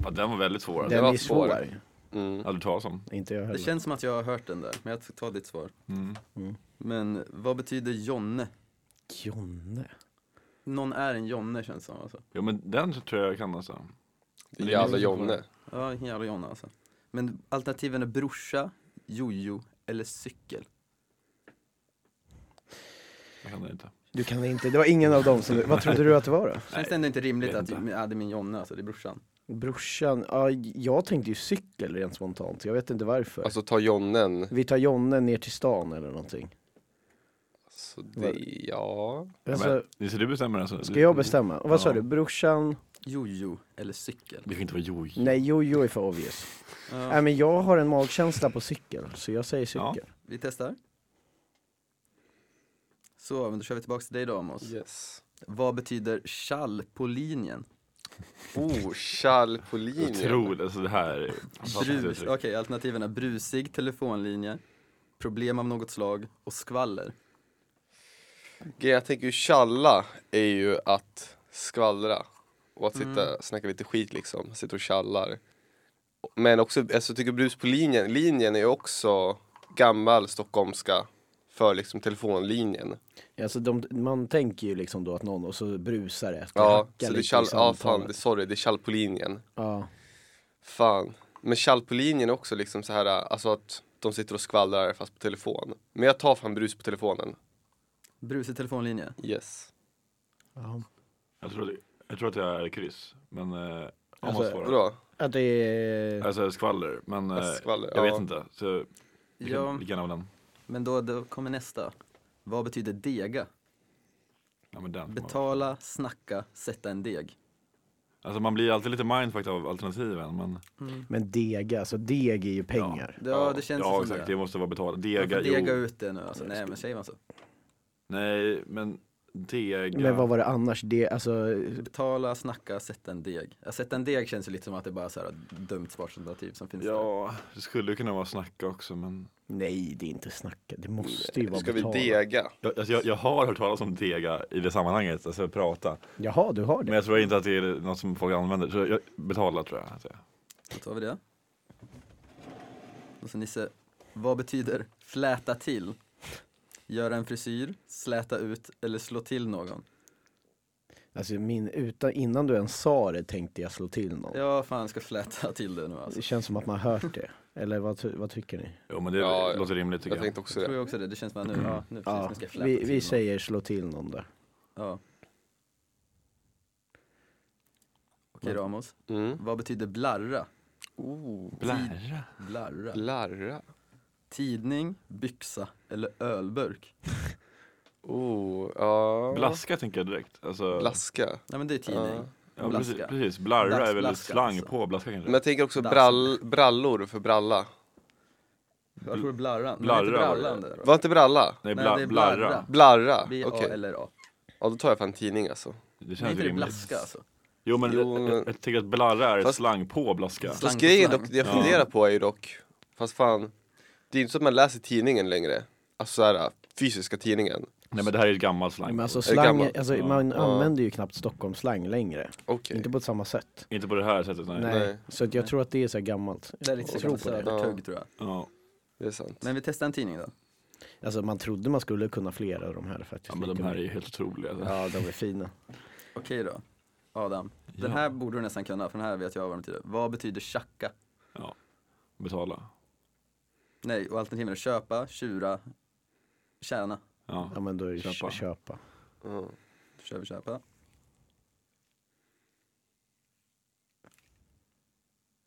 C: Ja, den var väldigt svår.
E: Den
B: var
E: är ju
B: svår.
E: svår.
B: Mm.
C: Aldrig talas om.
E: Inte jag
D: Det
E: heller.
D: känns som att jag har hört den där, men jag tar ditt svar.
C: Mm.
D: Men vad betyder Jonne?
E: Jonne.
D: Någon är en Jonne känns det som alltså.
C: Jo men den tror jag jag kan alltså.
B: Det är Jävla Jonne.
D: Ja, en jävla Jonne alltså. Men alternativen är brorsa, jojo eller cykel.
C: Jag kan den inte.
E: Du kan inte, det var ingen av dem som, vad trodde du att det var då?
D: Känns det ändå inte rimligt
C: vet
D: att
C: inte.
D: ja, det är min Jonne alltså, det är brorsan.
E: Brorsan, ja, jag tänkte ju cykel rent spontant, jag vet inte varför.
B: Alltså ta Jonnen.
E: Vi tar Jonne ner till stan eller någonting.
B: Så det, ja.
E: Alltså,
C: men, så du bestämmer alltså?
E: ska jag bestämma? Vad sa
C: Ja.
E: du? Brorsan?
D: Jojo eller cykel.
C: Det får inte vara jojo.
E: Nej, jojo är för obvious.
D: Ja,
E: Nej men jag har en magkänsla på cykel, så jag säger cykel.
D: vi testar. Så, men då kör vi tillbaks till dig då Amos.
B: Yes.
D: Vad betyder tjall på linjen?
B: Oh, Chal på linjen.
C: Otroligt, alltså det här är fantastiskt
D: Brus,
C: uttryck.
D: Okej, alternativen är brusig telefonlinje, problem av något slag och skvaller.
B: Jag tänker ju tjalla är ju att skvallra. Och att sitta,
E: Mm.
B: snacka lite skit liksom. Sitter och tjallar. Men också, alltså, jag tycker brus på linjen. Linjen är ju också gammal stockholmska för liksom telefonlinjen.
E: Alltså de, man tänker ju liksom då att någon, och så brusar det.
B: Ja,
E: hackar
B: så det är
E: lite i
B: tjall, ja fan,
E: samtalet.
B: det, sorry, det är tjall på linjen.
E: Ja.
B: Fan. Men tjall på linjen är också liksom så här, alltså att de sitter och skvallrar fast på telefon. Men jag tar fan brus på telefonen.
D: Brusig telefonlinje.
B: Yes.
C: Jag tror, att- jag tror att jag är kryss, men eh, om
E: Alltså,
C: man svarar.
B: Vadå?
E: Att det är...
C: Alltså skvaller, men eh,
B: Alltså, skvaller,
C: jag
B: ja.
C: vet inte. Så vi kan
D: Ja,
C: lika gärna ha den.
D: men då, då kommer nästa. Vad betyder dega?
C: Ja, men den. får man-
D: Betala, snacka, sätta en deg.
C: Alltså man blir alltid lite mindfucked av alternativen. Men,
E: Men dega, alltså deg är ju pengar.
D: Ja, det känns
C: ja,
D: ju som
C: exakt,
D: det.
C: det måste vara betalt.
D: Man
C: Dega,
D: får
C: jo.
D: dega ut det nu alltså. Nej, men säger man så?
C: Nej, men dega.
E: Men vad var det annars? Det, alltså,
D: Betala, snacka, sätta en deg. Ja, sätta en deg känns ju lite som att det bara är så här dumt svarsalternativ som finns där.
C: Ja, det skulle kunna vara snacka också, men
E: nej det är inte snacka, det måste ju vara
B: Ska vi
E: betala.
B: dega?
C: jag, alltså, jag, jag har hört talas om dega i det sammanhanget, alltså prata.
E: Jaha, du har
C: Men
E: det?
C: jag tror inte att det är något som folk använder, så jag betalar tror jag. att jag-
D: Då tar vi det. Och så Nisse, vad betyder fläta till? Göra en frisyr, släta ut eller slå till någon?
E: Alltså min, utan, innan du ens sa det tänkte jag slå till någon.
D: Ja, fan ska fläta till det nu alltså.
E: Det känns som att man har hört det. Eller vad, ty- vad tycker ni?
C: Jo men det
B: Ja,
C: låter rimligt tycker
B: Jag
C: jag.
B: tänkte också
D: Tror
B: det.
D: jag också det, det känns som att nu, ja, nu, precis,
E: Ja,
D: nu ska jag fläta
E: vi,
D: till
E: vi
D: någon.
E: säger slå till någon där.
D: Ja. Okej Ramos,
B: Mm.
D: vad betyder blarra?
C: Blära.
D: Blarra?
B: Larra.
D: Tidning, byxa eller ölburk?
B: Oh, ja.
C: Blaska tänker jag direkt. Alltså,
B: Blaska.
D: Nej men det är tidning.
B: Ja.
C: ja, precis,
D: Blaska.
C: precis. Blarra är väl
D: Dagsblaska,
C: slang
D: alltså.
C: på blaska kanske?
B: Men jag tänker också
D: Dans.
B: brall, brallor för bralla.
D: Jag tror blarran, men
C: Blarra
D: inte
C: var det.
D: brallan där då?
B: Var inte bralla?
C: Nej,
D: Nej,
C: bla,
D: det är blarra.
C: blarra.
B: Blarra? Okej.
D: B-A-L-R-A.
B: Ja, då tar jag fan tidning alltså.
C: Det
D: Men
C: känns
D: inte det
C: rimligt.
D: blaska alltså?
C: Jo men
B: Jo,
C: jag,
B: men-
C: jag, jag tänker att blarra är
B: Fast-
C: slang på blaska.
D: Slang.
B: Fast grejen
D: på
B: dock, det jag funderar på är ju dock, fast fan, det är inte så att man läser tidningen längre. Alltså såhär, fysiska tidningen.
C: Nej men det här är ju gammal slang.
E: Men alltså
B: det är
E: slang,
B: gammalt.
E: alltså,
C: Ja.
E: man
B: Ja.
E: använder ju knappt Stockholmsslang längre.
B: Okej.
E: Inte på samma sätt.
C: Inte på det här sättet nej.
E: Nej.
B: Nej.
E: Så att jag tror att det är så här gammalt.
D: Det är lite
E: Jag tror
D: som
E: på det.
D: södertugg tror jag.
C: Ja.
B: Det är sant.
D: Men vi testar en tidning då.
E: Alltså man trodde man skulle kunna flera av de här faktiskt.
C: ja men de
E: lite
C: här är
E: mer.
C: ju helt otroliga. Alltså.
E: Ja, de är fina.
D: Okej då. Adam, den
C: Ja.
D: här borde du nästan kunna för den här vet jag vad den betyder. Vad betyder tjacka?
C: Ja. Betala.
D: Nej, och alternativen är köpa, tjura, tjäna.
C: Ja.
E: Ja men då är det
C: Köpa.
E: köpa. köpa.
B: Ja.
D: Då kör vi köpa.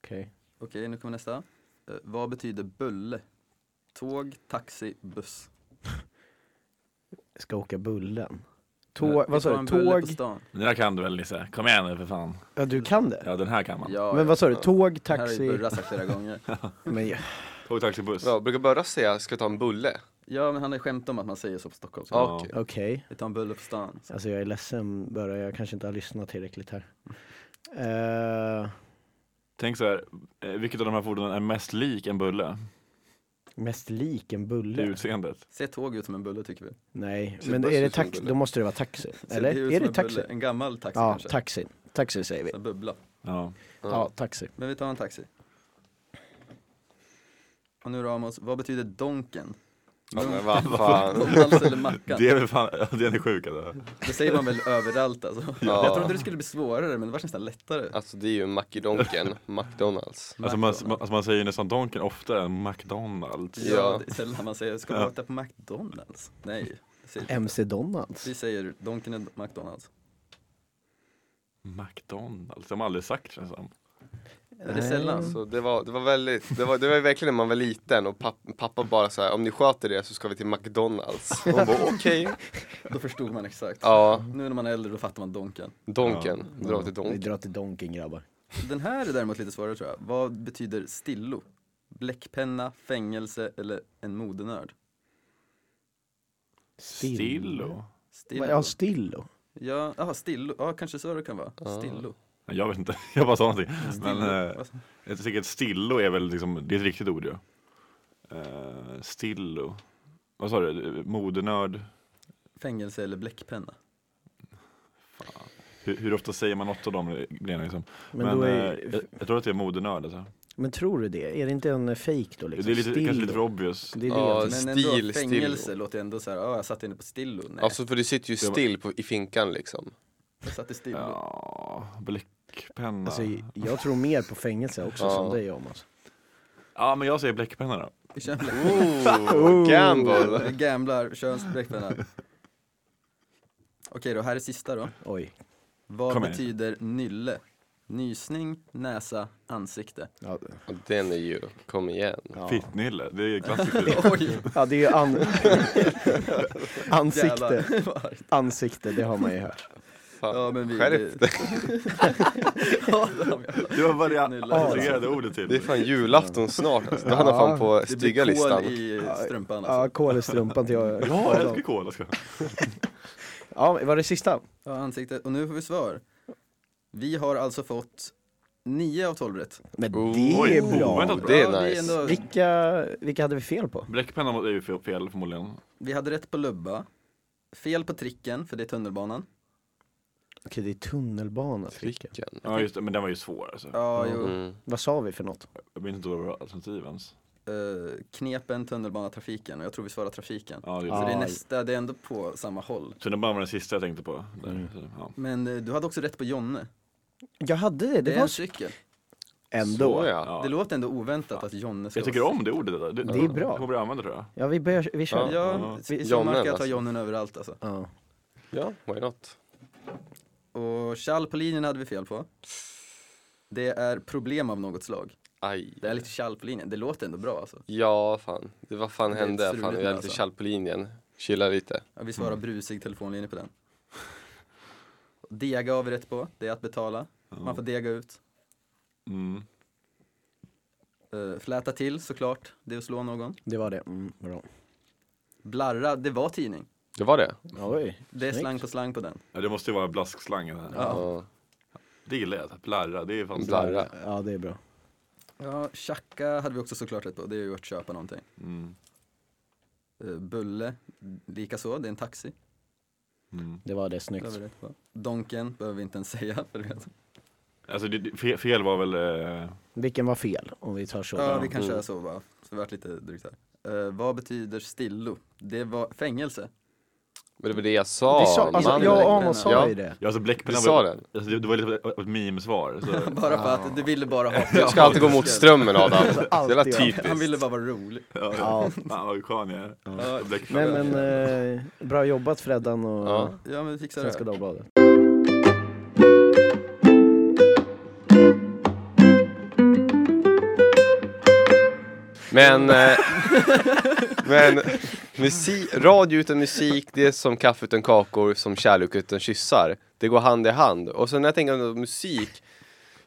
E: Okej.
D: Okej, nu kommer nästa. Eh, vad betyder bulle? Tåg, taxi, buss.
E: Ska åka bullen. Tå, vad sa
D: Ta
E: du?
D: en bulle på
E: Tåg?
D: stan.
C: Den där kan du väl Nisse? Kom igen nu för fan.
E: Ja, du kan det?
C: Ja den här kan man.
D: Ja,
E: Men vad sa du? Tåg,
D: ja. Här har ju
E: taxi?
D: Burra sagt flera gånger.
E: Men, ja.
C: Tåg, taxi, buss.
B: Bra, brukar bara säga ska vi ta en bulle?
D: Ja, men han har skämt om att man säger så på Stockholm.
B: Ja.
C: Ja.
B: Okej.
E: Okej.
D: Vi tar en bulle på stan.
E: Alltså jag är ledsen bara, jag kanske inte har lyssnat tillräckligt här. Eh,
C: Tänk så här, eh, vilket av de här fordonen är mest lik en bulle?
E: mest lik en
C: Det
E: bulle?
C: är utseendet.
D: Se tåg ut som en bulle tycker vi.
E: Nej,
B: Ser
E: men
B: bussen
E: är det
B: som en
E: taxi?
B: bulle?
E: Då måste det vara taxi,
D: Ser
E: eller?
D: ut
E: Är
D: som
E: det
D: en
E: taxi?
D: bulle? En gammal taxi
E: Ja,
D: kanske.
E: taxi. Taxi säger vi.
D: En bubbla.
C: Ja.
E: Ja, taxi.
D: Men vi tar en taxi. Och nu Ramos, vad betyder donken?
B: Ja, men vad fan.
D: Hals eller mackan?
C: Det är väl fan, ja, den är sjuk alltså.
D: Det säger man väl överallt alltså.
B: Ja.
D: Jag trodde det skulle bli svårare men det var nästan lättare.
B: Alltså det är ju Mackidonken, McDonalds.
C: Alltså man, man, alltså man säger nästan Donken oftare än McDonalds.
D: Ja,
B: Ja.
D: det är sällan man säger, ska man äta på McDonalds? Nej. det säger vi inte.
E: MC Donalds.
D: Vi säger donken är McDonalds.
C: McDonalds, de har aldrig sagt känns det som.
D: Nej. Det är sällan.
B: Så det var, det var väldigt, det var, det var verkligen när man var liten och pappa, pappa bara så här, om ni sköter det så ska vi till McDonalds. Och man bara okej.
D: Då förstod man exakt.
B: Ja,
D: Nu när man är äldre då fattar man donken.
B: Donken, dra till
E: Vi
B: Donken.
E: drar till Donken grabbar.
D: Den här är däremot lite svårare tror jag. Vad betyder stillo? Bläckpenna, fängelse eller en modenörd?
C: Stillo?
D: Stillo.
E: Ja, Stillo.
D: Ja, aha, stillo. Ja, kanske så det kan vara. Stillo.
C: Jag vet inte, jag bara sa någonting. Men eh,
D: Vad-
C: jag tycker att stillo är väl liksom, det är ett riktigt ord ju. Eh, stillo. Vad sa du? Modenörd?
D: Fängelse eller bläckpenna.
C: Hur, hur ofta säger man något av de grejerna liksom?
E: Men,
C: Men,
E: då
C: eh,
E: är,
C: jag, jag tror att det är modenörd alltså.
E: men tror du det? Är det inte en fake då liksom?
C: Det är lite, kanske lite för
E: Stillo?
C: obvious.
E: Det är det
B: Ja,
E: jag
D: Men
B: Stil,
D: ändå, fängelse
B: stillo.
D: låter ändå så här, ja, jag satt inne på stillo. Nej,
B: Alltså för du sitter ju still på, i finkan liksom.
D: jag satt i stillo.
C: Ja, bläckpenna.
E: Alltså, jag tror mer på fängelse också
B: Ja.
E: som dig Amos.
C: Ja, men jag säger bläckpenna då.
D: Vi kör en
B: Oh, gamble!
D: bläckpenna. Vi gamblar, kör en bläckpenna. Okej då, här är sista då.
E: Oj,
D: Vad
C: Kom igen.
D: betyder nylle? Nysning, näsa, ansikte.
E: ja,
B: Och Den är ju, kom igen.
C: Fittnylle, det är klassiskt.
D: Oj!
E: ja det är ju an... ansikte.
D: jävlar, vad argt.
E: Ansikte, det har man ju hört.
B: Fan.
D: Ja, men vi-
B: Skärp dig!
D: Ja, de jävlar.
C: Det var vad jag
D: Fittnylle.
C: associerade ordet till.
B: Det är fan julafton snart alltså. Då hamnar
E: Ja,
B: fan på
D: Det blir
B: stygga
D: kol
B: listan.
D: i strumpan
E: Ja,
D: alltså.
E: kol i strumpan till jag.
C: Ja, jag älskar cola. Ska. jag.
E: Ja, men var det sista?
D: Ja, ansiktet. Och nu får vi svar. Vi har alltså fått 9 av 12 rätt.
E: Men
B: Oh,
E: det är
C: oj,
E: bra.
C: oväntat.
B: Det är
D: Ja, vi
B: nice.
D: ändå-
E: Vilka, vilka hade vi fel på?
C: Bläckpenna är ju fel, fel förmodligen.
D: Vi hade rätt på lubba, fel på tricken, för det är tunnelbanan.
E: Okej, det är tunnelbana. Fricken.
B: Ficken.
C: Ja, just det, men den var ju svår alltså.
D: Ja, jo.
B: Mm.
E: Vad sa vi för något?
C: Jag minns inte vad det var alternativ ens.
D: Eh, knepen, tunnelbana, trafiken. Och jag tror vi svarar trafiken.
C: Ja, det är
D: Så det
E: Ja.
D: är nästa, det är ändå på samma håll.
C: Så den bara var den sista jag tänkte på. Där.
E: Mm.
C: Så, Ja.
D: Men eh, du hade också rätt på Jonne.
E: Jag hade det,
D: Det
E: det
D: är en
E: var så...
D: cykel.
E: Ändå.
B: Så,
E: ja.
B: ja.
D: Det låter ändå oväntat att Jonne ska
C: Jag tycker
D: vara-
C: om det ordet. där. Det,
E: Det är bra.
C: Det kommer bli använda tror jag.
E: vi, börjar, vi kör.
D: Ja,
E: Ja. Ja.
D: i
B: Jonne,
D: Sydmark jag tar
B: alltså.
D: Jonnen överallt alltså.
B: ja, why not?
D: Och Kjall på linjen hade vi fel på. Det är problem av något slag.
B: Aj.
D: Det är lite Kjall på linjen, det låter ändå bra alltså.
B: Ja, fan. Det, vad fan
D: Det är
B: hände?
D: struligt
B: Fan, vi
D: med,
B: hade
D: alltså.
B: lite kall på linjen. Chilla lite.
D: Ja, vi svarar brusig telefonlinje på den. Dega har vi rätt på, det är att betala. Man får dega ut.
C: Mm.
D: Eh, fläta till såklart, det är att slå någon.
E: det var det. Mm, bra.
D: Blarra, det var tidning.
B: Det var det?
E: Oj,
D: Det är
E: snyggt.
D: slang på slang på den.
C: Ja, det måste ju vara blaskslangen. Här.
D: Ja.
B: Ja.
C: Det gillar jag. Blarra, det är fan
B: Blarra.
E: Ja, det är bra.
D: Ja, tjacka hade vi också såklart rätt på, det är ju att köpa någonting.
C: Mm.
D: Eh, bulle, likaså, det är en taxi.
C: Mm.
E: Det var det,
D: Det har
E: snyggt.
D: vi rätt på. Donken behöver vi inte ens säga, för det vet.
C: Alltså det, det- fel, fel var väl... Eh,
E: Vilken var fel? Om vi tar så.
D: Ja, vi kan
B: Mm.
D: köra så bara. Så det vart lite drygt här. Eh, vad betyder stillo? Det var fängelse.
B: Men det var det jag sa.
E: vi sa, alltså,
B: mannen.
E: jag och Amos sa
B: Ja.
E: ju det.
C: ja, alltså bläckpenna
B: Du sa
C: var-
B: den.
C: Alltså, det, det var lite av ett meme-svar. Så.
D: Bara för att du ville bara ha
B: Ah. Du ska alltid gå mot strömmen Adam. Så Jävla
E: Alltid, ja.
B: typiskt.
D: Han ville bara vara rolig.
E: Ja.
C: Fan vad skön jag är.
D: Ja,
C: Bläckpenna.
E: Nej men, eh, bra jobbat Freddan och
B: Ja.
D: ja men vi fixar det.
E: Svenska Dagbladet.
B: Men, eh, men Musik, radio utan musik, det är som kaffe utan kakor, som kärlek utan kyssar. Det går hand i hand. Och sen när jag tänker på musik,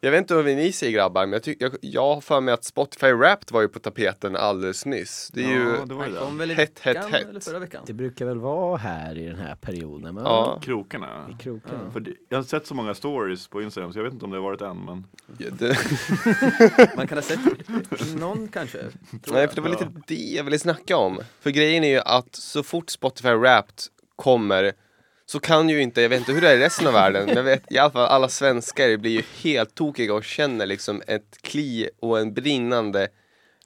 B: jag vet inte vad ni säger grabbar, men jag, tyck, jag, jag har för mig att Spotify Wrapped var ju på tapeten alldeles nyss. Det är
C: Ja,
B: ju
C: det var ju
D: kom
C: det.
D: väl i
B: hett, hett,
D: veckan,
B: hett.
D: Eller förra veckan.
E: Det brukar väl vara här i den här perioden? Men
B: Ja,
C: Krokarna.
E: I krokarna.
C: För det- jag har sett så många stories på Instagram så jag vet inte om det har varit än men
B: det,
D: Man kan ha sett någon kanske. tror
B: Nej,
D: jag.
B: för det var lite det jag ville snacka om. För grejen är ju att så fort Spotify Wrapped kommer så kan ju inte, jag vet inte hur det är i resten av världen, men jag vet i alla fall alla svenskar blir ju helt tokiga och känner liksom ett kli och en brinnande,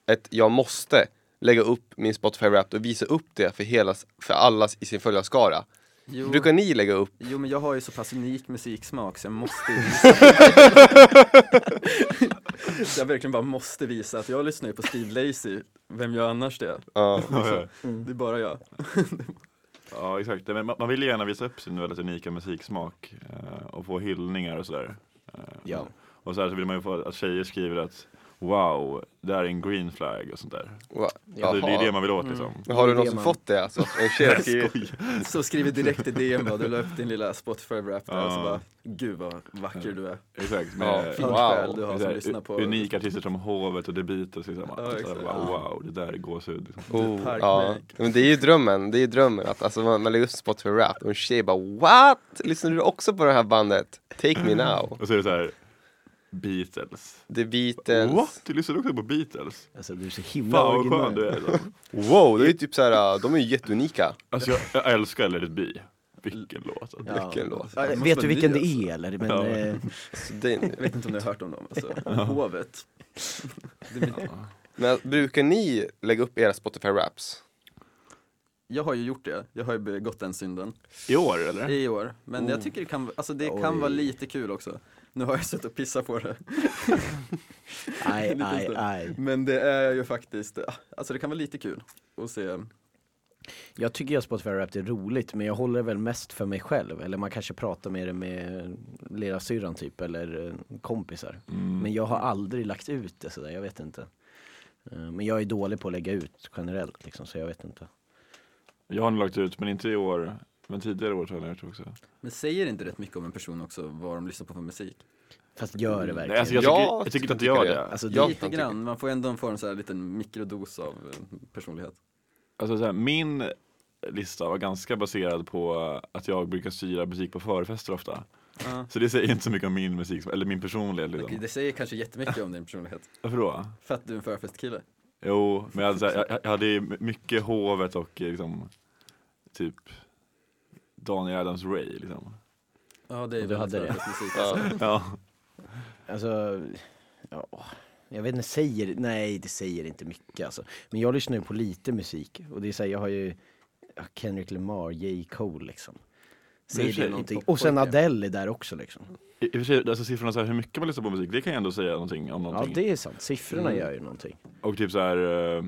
B: ett jag måste lägga upp min Spotify Wrapped och visa upp det för hela, för alla i sin följarskara.
D: Jo.
B: Brukar ni lägga upp?
D: Jo men jag har ju så pass unik musiksmak så jag måste ju visa Så jag verkligen bara måste visa att jag lyssnar ju på Steve Lacy, vem gör annars det?
B: Ja.
C: ja,
D: Det är bara jag.
C: ja exakt, men man man vill ju gärna visa upp sin väldigt unika musiksmak eh, och få hyllningar och sådär. Eh,
E: Ja.
C: Och så, här så vill man ju få att tjejer skriver att Wow, där är en green flag och sånt där.
B: Va-
C: Alltså, det är ju det
B: Jaha. Mm.
C: man vill åt liksom.
B: Men Har du
E: Det är det
B: någonsin
E: man-
B: fått det alltså? En tjej har skrivit-
D: Så skriver direkt i DM bara, du la upp din lilla Spotify-rap där och så
C: Ja.
D: bara Gud vad vacker du är.
C: Exakt, med,
B: Ja,
D: Fint
B: Wow.
D: själ du
C: med
D: har
C: så
D: som
C: här
D: lyssnar
C: u-
D: på
C: unika artister som Hovet och The Beatles. Liksom.
D: Ja,
C: Alltså,
D: exakt.
C: wow, wow, det där är gåshud. Liksom.
B: Oh,
D: Park
B: ja.
D: Lake.
B: Men det är ju drömmen, det är ju drömmen att alltså, man, man lägger upp Spotify Rap och en tjej bara What? Lyssnar du också på det här bandet? Take me now.
C: Och så är det så här Beatles.
B: The Beatles.
C: What? Du lyssnar också på Beatles?
E: Alltså du är så himla
C: Fan vad
E: originell.
C: skön du är. liksom.
B: Wow, det är ju typ såhär, de är ju jätteunika.
C: Alltså jag, jag älskar Let it be. Vilken låt. Alltså.
E: Ja.
B: Vilken låt.
E: Ja,
D: Det måste
E: vet
D: vara
E: du vilken
D: ny,
E: det är eller? Men,
C: Ja.
E: eh,
B: Så det är-
D: Jag vet inte om ni har hört om dem alltså. Hovet. Det är mitt-
B: Men brukar ni lägga upp era Spotify Raps?
D: Jag har ju gjort det, jag har ju begått den synden.
C: I år eller?
D: i år. Men jag tycker det kan, alltså det kan
E: Oj.
D: vara lite kul också. Nu har jag suttit och pissat på det.
E: aj,
D: Lite
E: aj,
D: stund.
E: aj.
D: Men det är ju faktiskt, ja, alltså det kan vara lite kul att se.
E: Jag tycker att Spotify Wrapped är roligt men jag håller det väl mest för mig själv. Eller man kanske pratar med det med lillasyrran typ eller eh, kompisar.
C: Mm.
E: Men jag har aldrig lagt ut det sådär, jag vet inte. Eh, Men jag är dålig på att lägga ut generellt liksom, så jag vet inte.
C: Jag har nog lagt ut men inte i år. Men tidigare år tror jag jag har gjort också.
D: Men säger inte rätt mycket om en person också vad de lyssnar på för musik?
E: Fast gör det verkligen.
C: Nej, alltså, jag,
B: Jag
C: tycker, jag tycker inte att jag gör
B: tycker
C: det.
B: det.
E: Alltså,
B: Ja,
D: lite
B: fan,
D: grann, man får ändå få en sån här liten mikrodos av eh, personlighet.
C: Alltså, så här, min lista var ganska baserad på att jag brukar styra musik på förfester ofta.
D: Ja.
C: Så det säger inte så mycket om min musik, eller min personlighet
D: Okej,
C: liksom.
D: Det säger kanske jättemycket om din personlighet.
C: Varför då?
D: För att du är en förfestkille.
C: Jo, men jag hade, så här, jag, jag hade ju mycket hovet och eh, liksom, typ Daniel Adams Ray liksom.
D: Ja, det är
E: Och du
D: väldigt
E: hade det.
D: förfestmusik.
B: Ja.
C: Ja.
E: Alltså, ja, jag vet inte, säger, nej det säger inte mycket alltså. Men jag lyssnar ju på lite musik och det är så här, jag har ju ja, Kendrick Lamar, J. Cole liksom.
C: i och
E: Säger
C: för sig,
E: det någonting.
D: någon
E: Och sen
D: poppojke.
E: Adele är där också liksom.
C: I, i och för sig, alltså siffrorna så här, hur mycket man lyssnar på musik, det kan jag ändå säga någonting om
E: Ja
C: någonting.
E: det är sant, siffrorna
D: Mm.
E: gör ju någonting.
C: Och typ så här eh,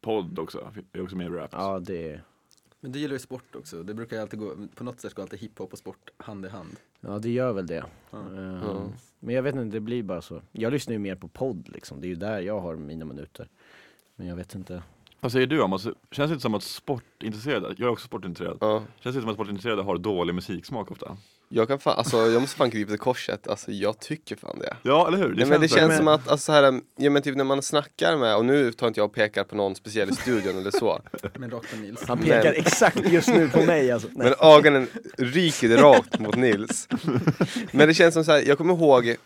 C: podd också, är också med i rap.
E: Ja det är
D: Men du gillar ju sport också, det brukar ju alltid gå, på något sätt går alltid hiphop och sport hand i hand.
E: Ja det gör väl det.
D: Ja. Mm.
E: Ehm, Men jag vet inte, det blir bara så. Jag lyssnar ju mer på podd liksom, det är ju där jag har mina minuter. Men jag vet inte.
C: Vad säger du om alltså, Känns det inte som att sportintresserade, jag är också sportintresserad,
B: Ja.
C: känns det inte som att sportintresserade har dålig musiksmak ofta?
B: Jag kan fan, alltså jag måste fan krypa till korset, alltså jag tycker fan det.
C: Ja, eller hur? Det
B: Nej, men det
C: så här.
B: känns som att, alltså, så här, ja, men typ när man snackar med, och nu tar inte jag och pekar på någon speciell i studion eller så,
D: Men rakt på Nils.
E: Han
B: pekar
E: pekar
B: Men-
E: exakt just nu på mig alltså.
B: Men ögonen ryker rakt mot Nils. Men det känns som så här, jag kommer ihåg,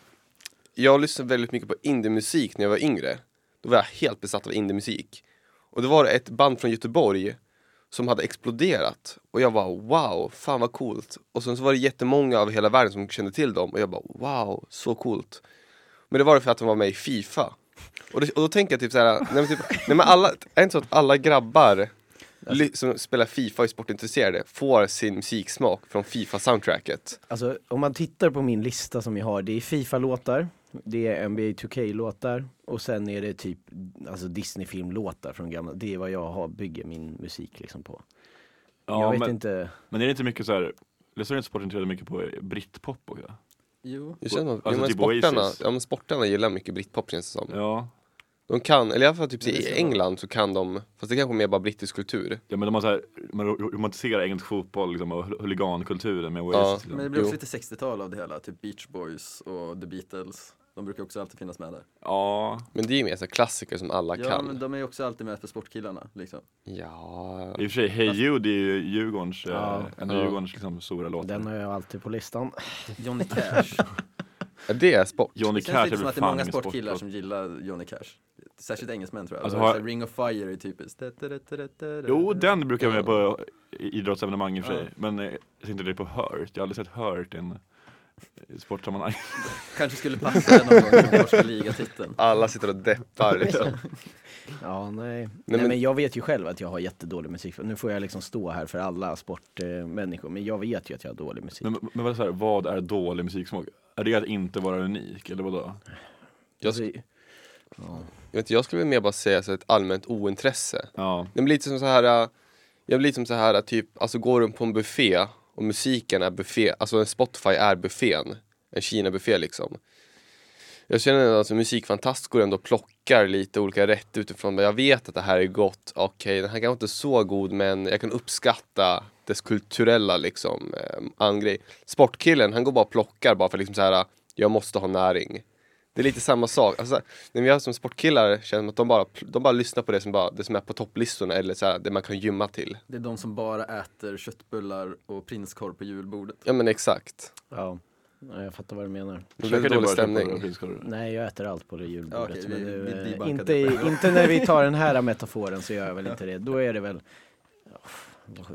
B: jag lyssnade väldigt mycket på indiemusik när jag var yngre. Då var jag helt besatt av indiemusik. Och det var ett band från Göteborg som hade exploderat. Och jag bara wow, fan vad coolt. Och sen så var det jättemånga över hela världen som kände till dem. Och jag bara wow, så coolt. Men det var det för att de var med i Fifa. Och, det, och då tänker jag typ såhär, nej men typ, nej men alla, är det inte så att alla grabbar ly- som spelar Fifa och är sportintresserade får sin musiksmak från Fifa-soundtracket?
E: Alltså om man tittar på min lista som jag har, det är Fifa-låtar, det är NBA 2K-låtar och sen är det typ alltså Disney-film-låtar från gamla, det är vad jag har, bygger min musik liksom på.
C: ja,
E: jag vet
C: men,
E: inte,
C: men är det inte mycket så här, lyssnar du inte sportintresserade mycket på brittpop också?
D: Jo.
B: Det känns som,
C: Alltså
B: ja, men
C: typ
B: sportarna,
C: Oasis.
B: ja, men sportarna gillar mycket britpop känns det som.
C: Ja.
B: De kan, eller i alla fall typ
D: det
B: i
D: ser man.
B: England så kan de, fast det kanske är mer bara brittisk kultur.
C: Ja men de har så här, man ro- romantiserar engelsk fotboll liksom, och hu- huligankulturen med Oasis.
B: Ja.
C: Liksom.
D: Men det blir också
B: Jo.
D: lite 60-tal av det hela, typ Beach Boys och The Beatles. De brukar också alltid finnas med där.
C: ja.
B: Men det är ju mer så här klassiker som alla
D: Ja,
B: kan.
D: men de är ju också alltid med för sportkillarna liksom.
B: Ja,
C: I och för sig, Hey You, det är ju Djurgårdens, eh,
E: Ja.
C: en av
B: Ja.
C: Djurgårdens liksom, stora låtar.
E: Den har jag alltid på listan.
D: Johnny Cash.
B: det är sport.
C: Johnny
D: Det
C: Cash är
D: känns
C: väl
D: lite som att det är
C: fan
D: många
C: ingen
D: sportkillar
C: sportlåt.
D: som gillar Johnny Cash. Särskilt engelsmän tror jag.
C: Alltså,
D: Så här,
C: har-
D: Ring of Fire är typiskt. Da-da-da-da-da-da.
C: Jo, den brukar jag med på i- idrottsevenemang i och för sig.
D: Ja.
C: Men eh, jag tänkte det på Hurt. Jag har aldrig sett Hurt i en i sportsammanhang.
D: Kanske skulle passa den någon gång som norska ligatiteln.
B: Alla sitter och deppar liksom.
E: Ja, nej. Nej,
B: men-
E: men... jag vet ju själv att jag har jättedålig musik. Nu får jag liksom stå här för alla sportmänniskor, men jag vet ju att jag har dålig musik.
C: Men, men vad, är det så här, vad är dålig musiksmak? Är det att inte vara unik, eller vadå?
B: Jag,
E: Alltså,
B: jag, vet, inte, jag skulle väl mer bara säga så här ett allmänt ointresse.
C: Ja,
B: Det blir lite som så här, äh, jag blir lite som så här äh, typ, alltså går du på en buffé och musiken är buffé, alltså en Spotify är buffén, en Kina-buffé liksom. Jag känner att alltså, musikfantast går ändå och plockar lite olika rätt utifrån, men jag vet att det här är gott, okej den här kanske inte är så god men jag kan uppskatta dess kulturella liksom, eh, angrej. Sportkillen, han går bara och plockar bara för liksom så här, äh, jag måste ha näring. Det är lite samma sak. Alltså, när vi har som sportkillar känner man att de bara, de bara lyssnar på det som, bara, det som är på topplistorna eller så här, det man kan gymma till.
D: Det är de som bara äter köttbullar och prinskorv på julbordet.
B: Ja men exakt.
E: ja. ja, jag fattar vad du menar.
B: Då blir det
C: Käkar du
B: dålig
C: bara köttbullar
B: stämning.
C: och prinskorvar?
E: Nej, jag äter allt på det julbordet.
D: Ja, okej,
E: men
D: vi-
E: nu,
D: vi
E: eh,
D: debunkade
E: inte,
D: det.
E: inte när vi tar den här metaforen så gör jag väl inte det. Då är det väl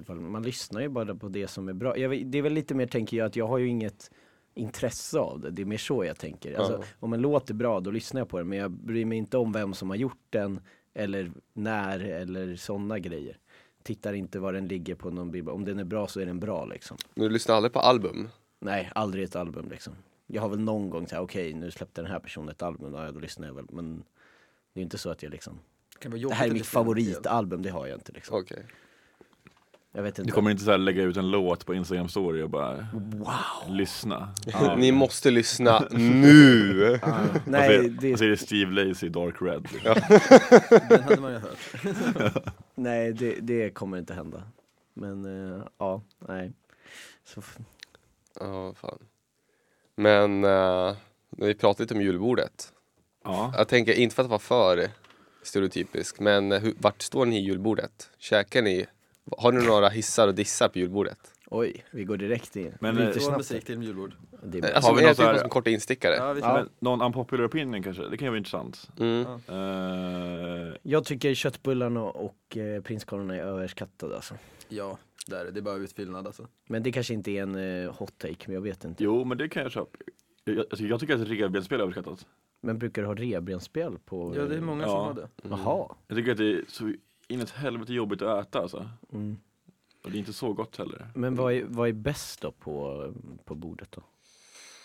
E: man lyssnar ju bara på det som är bra. Jag, vet- det är väl lite mer tänker jag att jag har ju inget intresse av det. Det är mer så jag tänker. Alltså,
B: Ja.
E: Om en låt är bra då lyssnar jag på den men jag bryr mig inte om vem som har gjort den eller när eller sådana grejer. Tittar inte var den ligger på någon bild. Om den är bra så är den bra liksom.
B: Men du lyssnar aldrig på album.
E: Nej, aldrig ett album liksom. Jag har väl någon gång såhär, okej nu släppte den här personen ett album, ja då lyssnar jag väl. Men det är inte så att jag liksom,
D: Det, kan vara
E: det
D: jobbigt
E: här är
D: att
E: mitt
D: lyssna på igen.
E: favoritalbum, det har jag inte liksom.
B: Okej.
E: Jag vet
C: Du
E: inte.
C: kommer inte så här lägga ut en låt på Instagram story och bara lyssna?
B: Ni måste lyssna nu!
D: Ah.
E: Nej,
C: Vad säger-
E: det,
C: vad säger Steve Lacy, Dark Red.
D: Den hade man ju hört.
E: nej det, det kommer inte hända. Men eh, ja, nej. Så, f-
B: Ja, vad fan. Men, eh, när vi pratade lite om julbordet.
C: Ja.
B: Jag tänker, inte för att vara för stereotypisk, men hur, vart står ni i julbordet? Käkar ni? Har ni några hissar och dissar på julbordet?
E: oj, vi går direkt in.
C: Men, eh,
E: Lite
D: Det var
E: snabbt.
D: musik till julbord.
E: Det är bra.
B: Alltså, har vi
C: någon
B: någon
C: så här-
B: som korta instickare?
D: Ja, vi
C: Men någon unpopular opinion kanske? Det kan ju vara intressant.
B: Mm.
C: Eh,
E: Jag tycker köttbullarna och eh, prinskorvarna är överskattade alltså.
D: Ja, där, är det. det är bara utfyllnad alltså.
E: Men det kanske inte är en eh, hot take, men jag vet inte.
C: jo, men det kan jag köpa. Jag, jag, jag tycker att revbensspel är överskattat.
E: Men brukar du ha revbensspjäll på? eh,
D: Ja, det är många
C: Ja.
D: som har det.
E: Jaha.
C: Jag tycker att det är så inåt helvete jobbigt att äta alltså.
E: Mm.
C: Och det är inte så gott heller.
E: Men vad är, vad är bäst då på, på bordet då?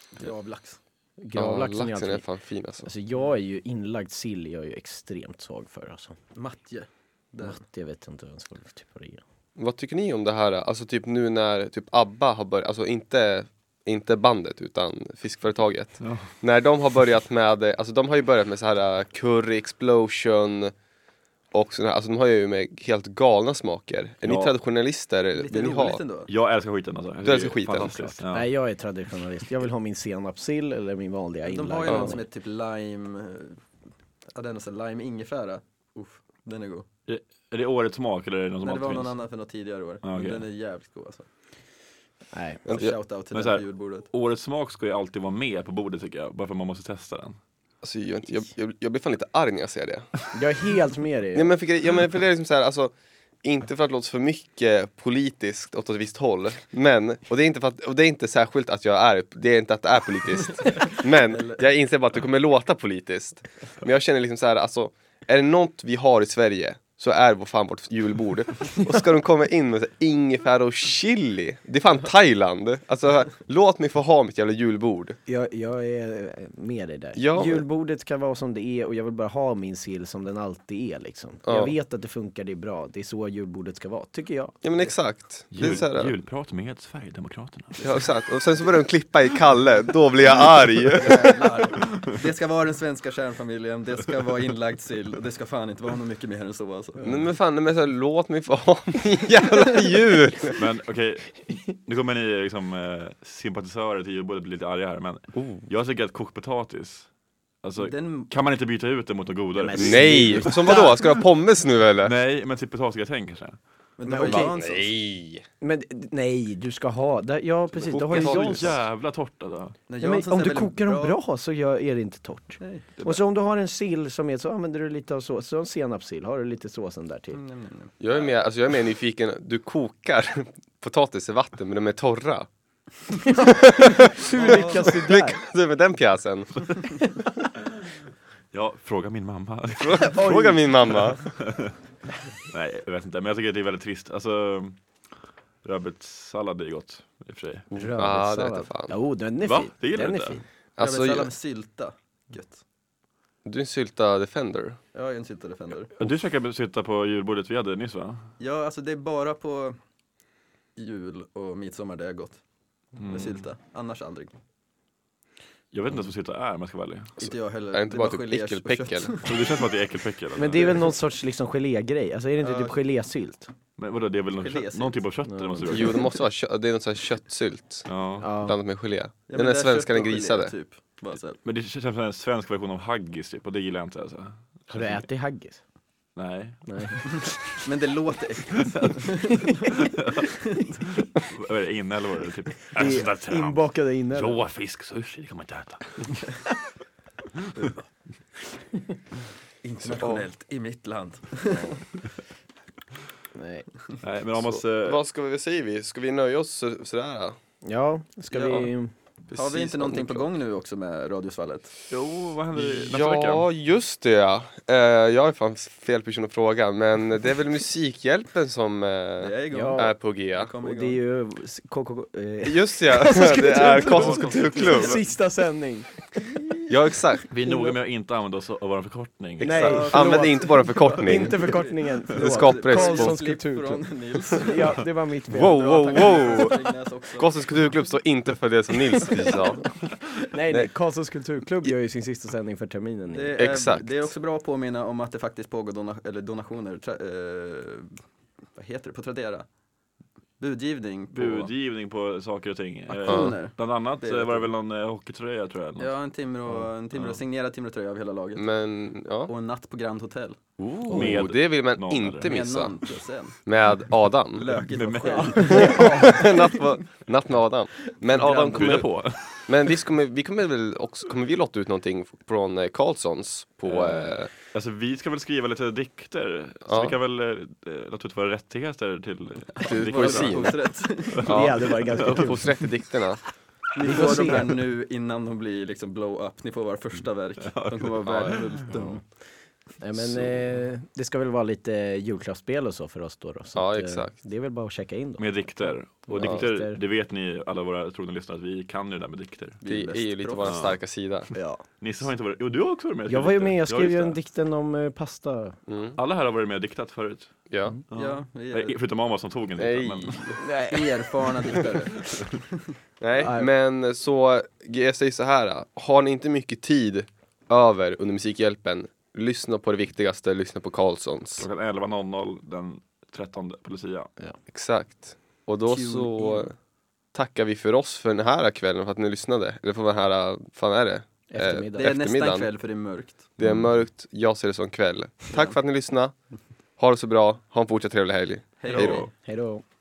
D: Gravlax.
E: Gravlaxen
B: ja,
E: är
B: laxen är
E: alltid...
B: fan fin alltså.
E: Alltså jag är ju inlagd sill, jag är ju extremt svag för alltså.
D: Matje. Där.
E: Matte jag vet inte ens vad typ av det är.
B: Vad tycker ni om det här? Alltså typ nu när typ ABBA har börjat, alltså inte, inte bandet utan fiskföretaget.
C: Ja.
B: När de har börjat med, eh, alltså de har ju börjat med så här eh, curry explosion och sådana här, alltså de har ju med helt galna smaker. Är
C: Ja.
B: ni traditionalister? eller
D: Lite
B: Vill ni ha?
D: roligt ändå.
C: Jag älskar skiten alltså.
B: Du älskar skiten.
C: Fantastiskt. Ja.
E: Nej jag är traditionalist, jag vill ha min senapssill eller min vanliga
D: De
E: inlagda.
D: har ju någon som
E: är...
D: är typ lime, eh, ja den är så här lime ingefära. Uff, den är god.
C: Är det årets smak eller är det någon som
D: Nej, det var
C: alltid
D: någon
C: finns?
D: annan för något tidigare år.
C: Ja, okej.
D: Men den är jävligt god alltså.
E: Nej.
B: Ja, jag-
D: Shout out till
C: Men
D: den
C: så här-
D: på julbordet.
C: Årets smak ska ju alltid vara med på bordet tycker jag, bara för att man måste testa den.
B: Alltså, jag, jag, jag, jag blir fan lite arg när jag ser det.
E: Jag är helt med dig.
B: Nej men för, grej- ja, men för det är liksom så här, alltså inte för att låta för mycket politiskt åt ett visst håll, men, och det är inte, för att, och det är inte särskilt att jag är, det är inte att det är politiskt, men jag inser bara att det kommer låta politiskt. Men jag känner liksom så här, alltså, är det något vi har i Sverige så är vad fan vårt julbord. Och ska de komma in med så här ingefära och chili. Det är fan Thailand. Alltså, låt mig få ha mitt jävla julbord.
E: Jag, jag är eh, med dig där.
B: Ja.
E: Julbordet ska vara som det är och jag vill bara ha min sill som den alltid är liksom.
B: Ja.
E: Jag vet att det funkar, det är bra. Det är så julbordet ska vara, tycker jag.
B: Ja men exakt. Det är
C: Jul,
B: så här,
C: julprat med Sverigedemokraterna.
B: Ja, exakt. Och sen så börjar de klippa i Kalle, då blir jag arg.
D: Jävlar. Det ska vara den svenska kärnfamiljen, det ska vara inlagd sill och det ska fan inte vara något mycket mer än så alltså.
B: Men, men fan, men så här, låt mig få ha min jävla djur!
C: Men okej, nu kommer ni liksom, eh, sympatisörer till julbordet bli lite arga här, men
E: Oh.
C: jag tycker att kokt potatis, alltså,
D: Den,
C: kan man inte byta ut det mot något godare?
E: Nej,
B: Nej! Som vadå, ska du ha pommes nu eller?
C: Nej, men typ potatisgratäng kanske?
D: men det var
E: Men
D: ju
E: okej.
D: Janssons.
B: Nej!
E: Men d- nej, du ska ha, där, ja precis, det har ju
C: Så
E: Janssons.
C: jävla torrt alltså.
D: Nej,
E: Ja, men
D: Janssons
E: om
D: är
E: du
D: väl
E: kokar dem bra så gör, är det inte torrt.
D: Nej.
E: Och så om du har en sill som är så använder du lite av sås, så en senapssill, har du lite såsen där till.
D: Nej, nej, nej.
B: Jag är mer, alltså jag är mer nyfiken, du kokar potatis i vatten men de är torra.
E: Hur lyckas du
B: Men
E: där?
B: Du med den pjäsen?
C: Ja, fråga min mamma.
B: Fråga min mamma.
C: Nej, jag vet inte, men jag tycker att det är väldigt trist. Alltså, rödbetssallad är gott i och för sig.
B: Ja, det vet jag
E: Rödbetssallad.
B: fan.
E: Jo, den är
C: Va?
E: fin.
C: Det gillar
E: den
C: du
E: är
C: inte?
E: fin.
B: Alltså,
D: Rödbetssallad med sylta. Gött.
B: du är en sylta defender.
D: Ja, jag är en sylta defender.
C: Du försöker sitta på julbordet vi hade nyss va?
D: Ja, alltså det är bara på jul och midsommar det är gott.
C: Mm.
D: Med sylta. Annars aldrig.
B: Alltså,
C: Jag vet inte ens vad sitta är om jag ska vara ärlig.
D: Inte jag heller.
B: Är det inte
D: är
B: bara typ
D: geléers och kött.
B: äckelpäckel?
C: Men Det känns som att det är äckelpäckel. Alltså.
E: Men det är väl någon sorts liksom gelégrej, alltså är det inte
D: Ja.
E: typ gelésylt?
C: Men vadå, det är väl någon,
D: Gelésylt.
C: kött, någon typ av kött eller måste det
B: Jo,
C: vara?
B: det måste vara kö- det är något sånt här köttsylt
C: Ja.
E: Ja.
B: blandat med gelé.
D: Ja, men
B: den där
D: det är
B: svenska
D: kött
B: den
D: och gelé,
B: grisade.
D: Typ. Bara så här.
C: Men det känns som en svensk version av haggis typ, och det gillar jag inte alltså.
E: Har du ätit haggis?
C: Nej.
E: Nej.
D: Men det låter äckligt.
C: Vad är det, inälvor eller typ?
E: Det är Inbakade inälvor.
C: Rå fisk, sushi, det kan man inte äta.
D: Internationellt, i mitt land.
E: Nej.
C: Nej, men om man
B: Så, vad ska vi, vad säger vi? Ska vi nöja oss så, sådär?
E: Ja, ska
D: Ja. Oh
E: vi...
D: Har vi
B: Precis
D: inte någonting på
B: annorlunda.
D: gång nu också med Radiosvallet?
C: Jo, vad händer nästa
B: Ja,
C: vecka?
B: just det ja. Eh, jag är fan fel person att fråga, men det är väl Musikhjälpen som eh,
D: Det är igång.
E: Ja.
B: är på G.
D: Det kommer
E: Och
D: igång.
E: det är ju KKK... eh,
B: Just det, ja, det är Karlssons kulturklubb.
E: Sista sändning.
B: Ja, exakt.
C: Vi är noga med att inte använda oss av vår förkortning.
E: Nej,
B: Exakt.
E: förlåt.
B: Använd inte bara förkortning.
E: Inte förkortningen.
B: Det skapar ett
E: Karlssons
B: spår.
D: Klipp
E: kulturklubb.
D: från Nils.
E: Ja, det var mitt fel.
B: Wow, wow, wow!
D: Ringnäs också.
B: Karlssons kulturklubb står inte för det som Nils precis sa.
E: Nej,
B: Nej.
E: nej. Karlssons kulturklubb gör ju sin sista sändning för terminen. nu.
D: Det är,
B: Exakt.
D: Det är också bra att påminna om att det faktiskt pågår dona, eller donationer, tra, eh, vad heter det, på Tradera? Budgivning på
C: Budgivning på saker och ting. Eh,
D: aktioner.
C: Bland annat
D: Det är
C: eh, var det
D: det.
C: väl någon eh, hockeytröja tror jag. eller något.
D: Ja, en Timrå, en Timrå,
C: Ja.
D: signerad Timrå-tröja av hela laget.
B: Men ja,
D: Och en natt på Grand Hotel.
B: oh, det vill man
C: någon
B: inte
C: eller-
D: Med
B: missa.
D: någon plus en.
B: Med Adam.
D: Lökigt
C: Med
D: var
C: mig.
D: själv.
B: Natt, på, natt med Adam. Men Adam
C: Bjuda
B: kommer...
C: på.
B: Men visst kommer, vi kommer väl också, kommer vi lotta ut någonting från eh, Karlssons på...
C: Eh,
B: Eh,
C: Alltså vi ska väl skriva lite dikter, så
B: Ja.
C: vi kan väl eh, eh, låta ut våra rättigheter till eh,
B: Till
D: Våra
B: poesin.
D: upphovsrätt.
E: Det
B: ja,
E: hade varit ganska kul.
B: på 30 dikterna.
D: Ni
E: Vi får
D: får de
E: se.
D: här nu innan de blir liksom blow-up. Ni får våra första
E: Mm.
D: verk. De kommer vara värdefulla.
E: Nej, men eh, det ska väl vara lite julklappsspel och så för oss då. då så
B: Ja,
E: att, eh,
B: exakt.
E: Det är väl bara att checka in då.
C: med dikter. Och
E: Ja.
C: dikter, det vet ni alla våra trogna lyssnare att vi kan ju det där med dikter.
B: Det är ju lite vår starka sida.
E: Ja.
C: Nisse har inte varit, jo du har också varit med och
E: Jag
C: skrivit
E: var ju
C: dikter.
E: med, jag
C: Ja,
E: skrev ju
C: just
E: en
C: det.
E: dikten om eh, pasta.
B: Mm,
C: Alla här har varit med och diktat förut.
B: ja.
D: Ja, vi
C: Nej,
D: är
C: Förutom Amos som tog en
B: Nej.
C: dikt. Men,
D: erfarna diktare.
B: Nej,
E: Nej.
B: men så, jag säger så här. Har ni inte mycket tid över under Musikhjälpen, lyssna på det viktigaste, lyssna på Karlssons.
C: klockan 11.00 den 13 på Lucia.
B: Exakt. Och då
D: Tune
B: så
D: in.
B: tackar vi för oss för den här kvällen, för att ni lyssnade. Eller för den här, fan är det?
E: Eftermiddag.
D: Det är nästan
B: Eftermiddagen.
D: kväll för det är mörkt.
B: Det är mörkt, jag ser det som kväll. Tack för att ni lyssnade. Ha det så bra, ha en fortsatt trevlig helg.
D: Hej
B: Hej då.
D: då.
E: Hej då.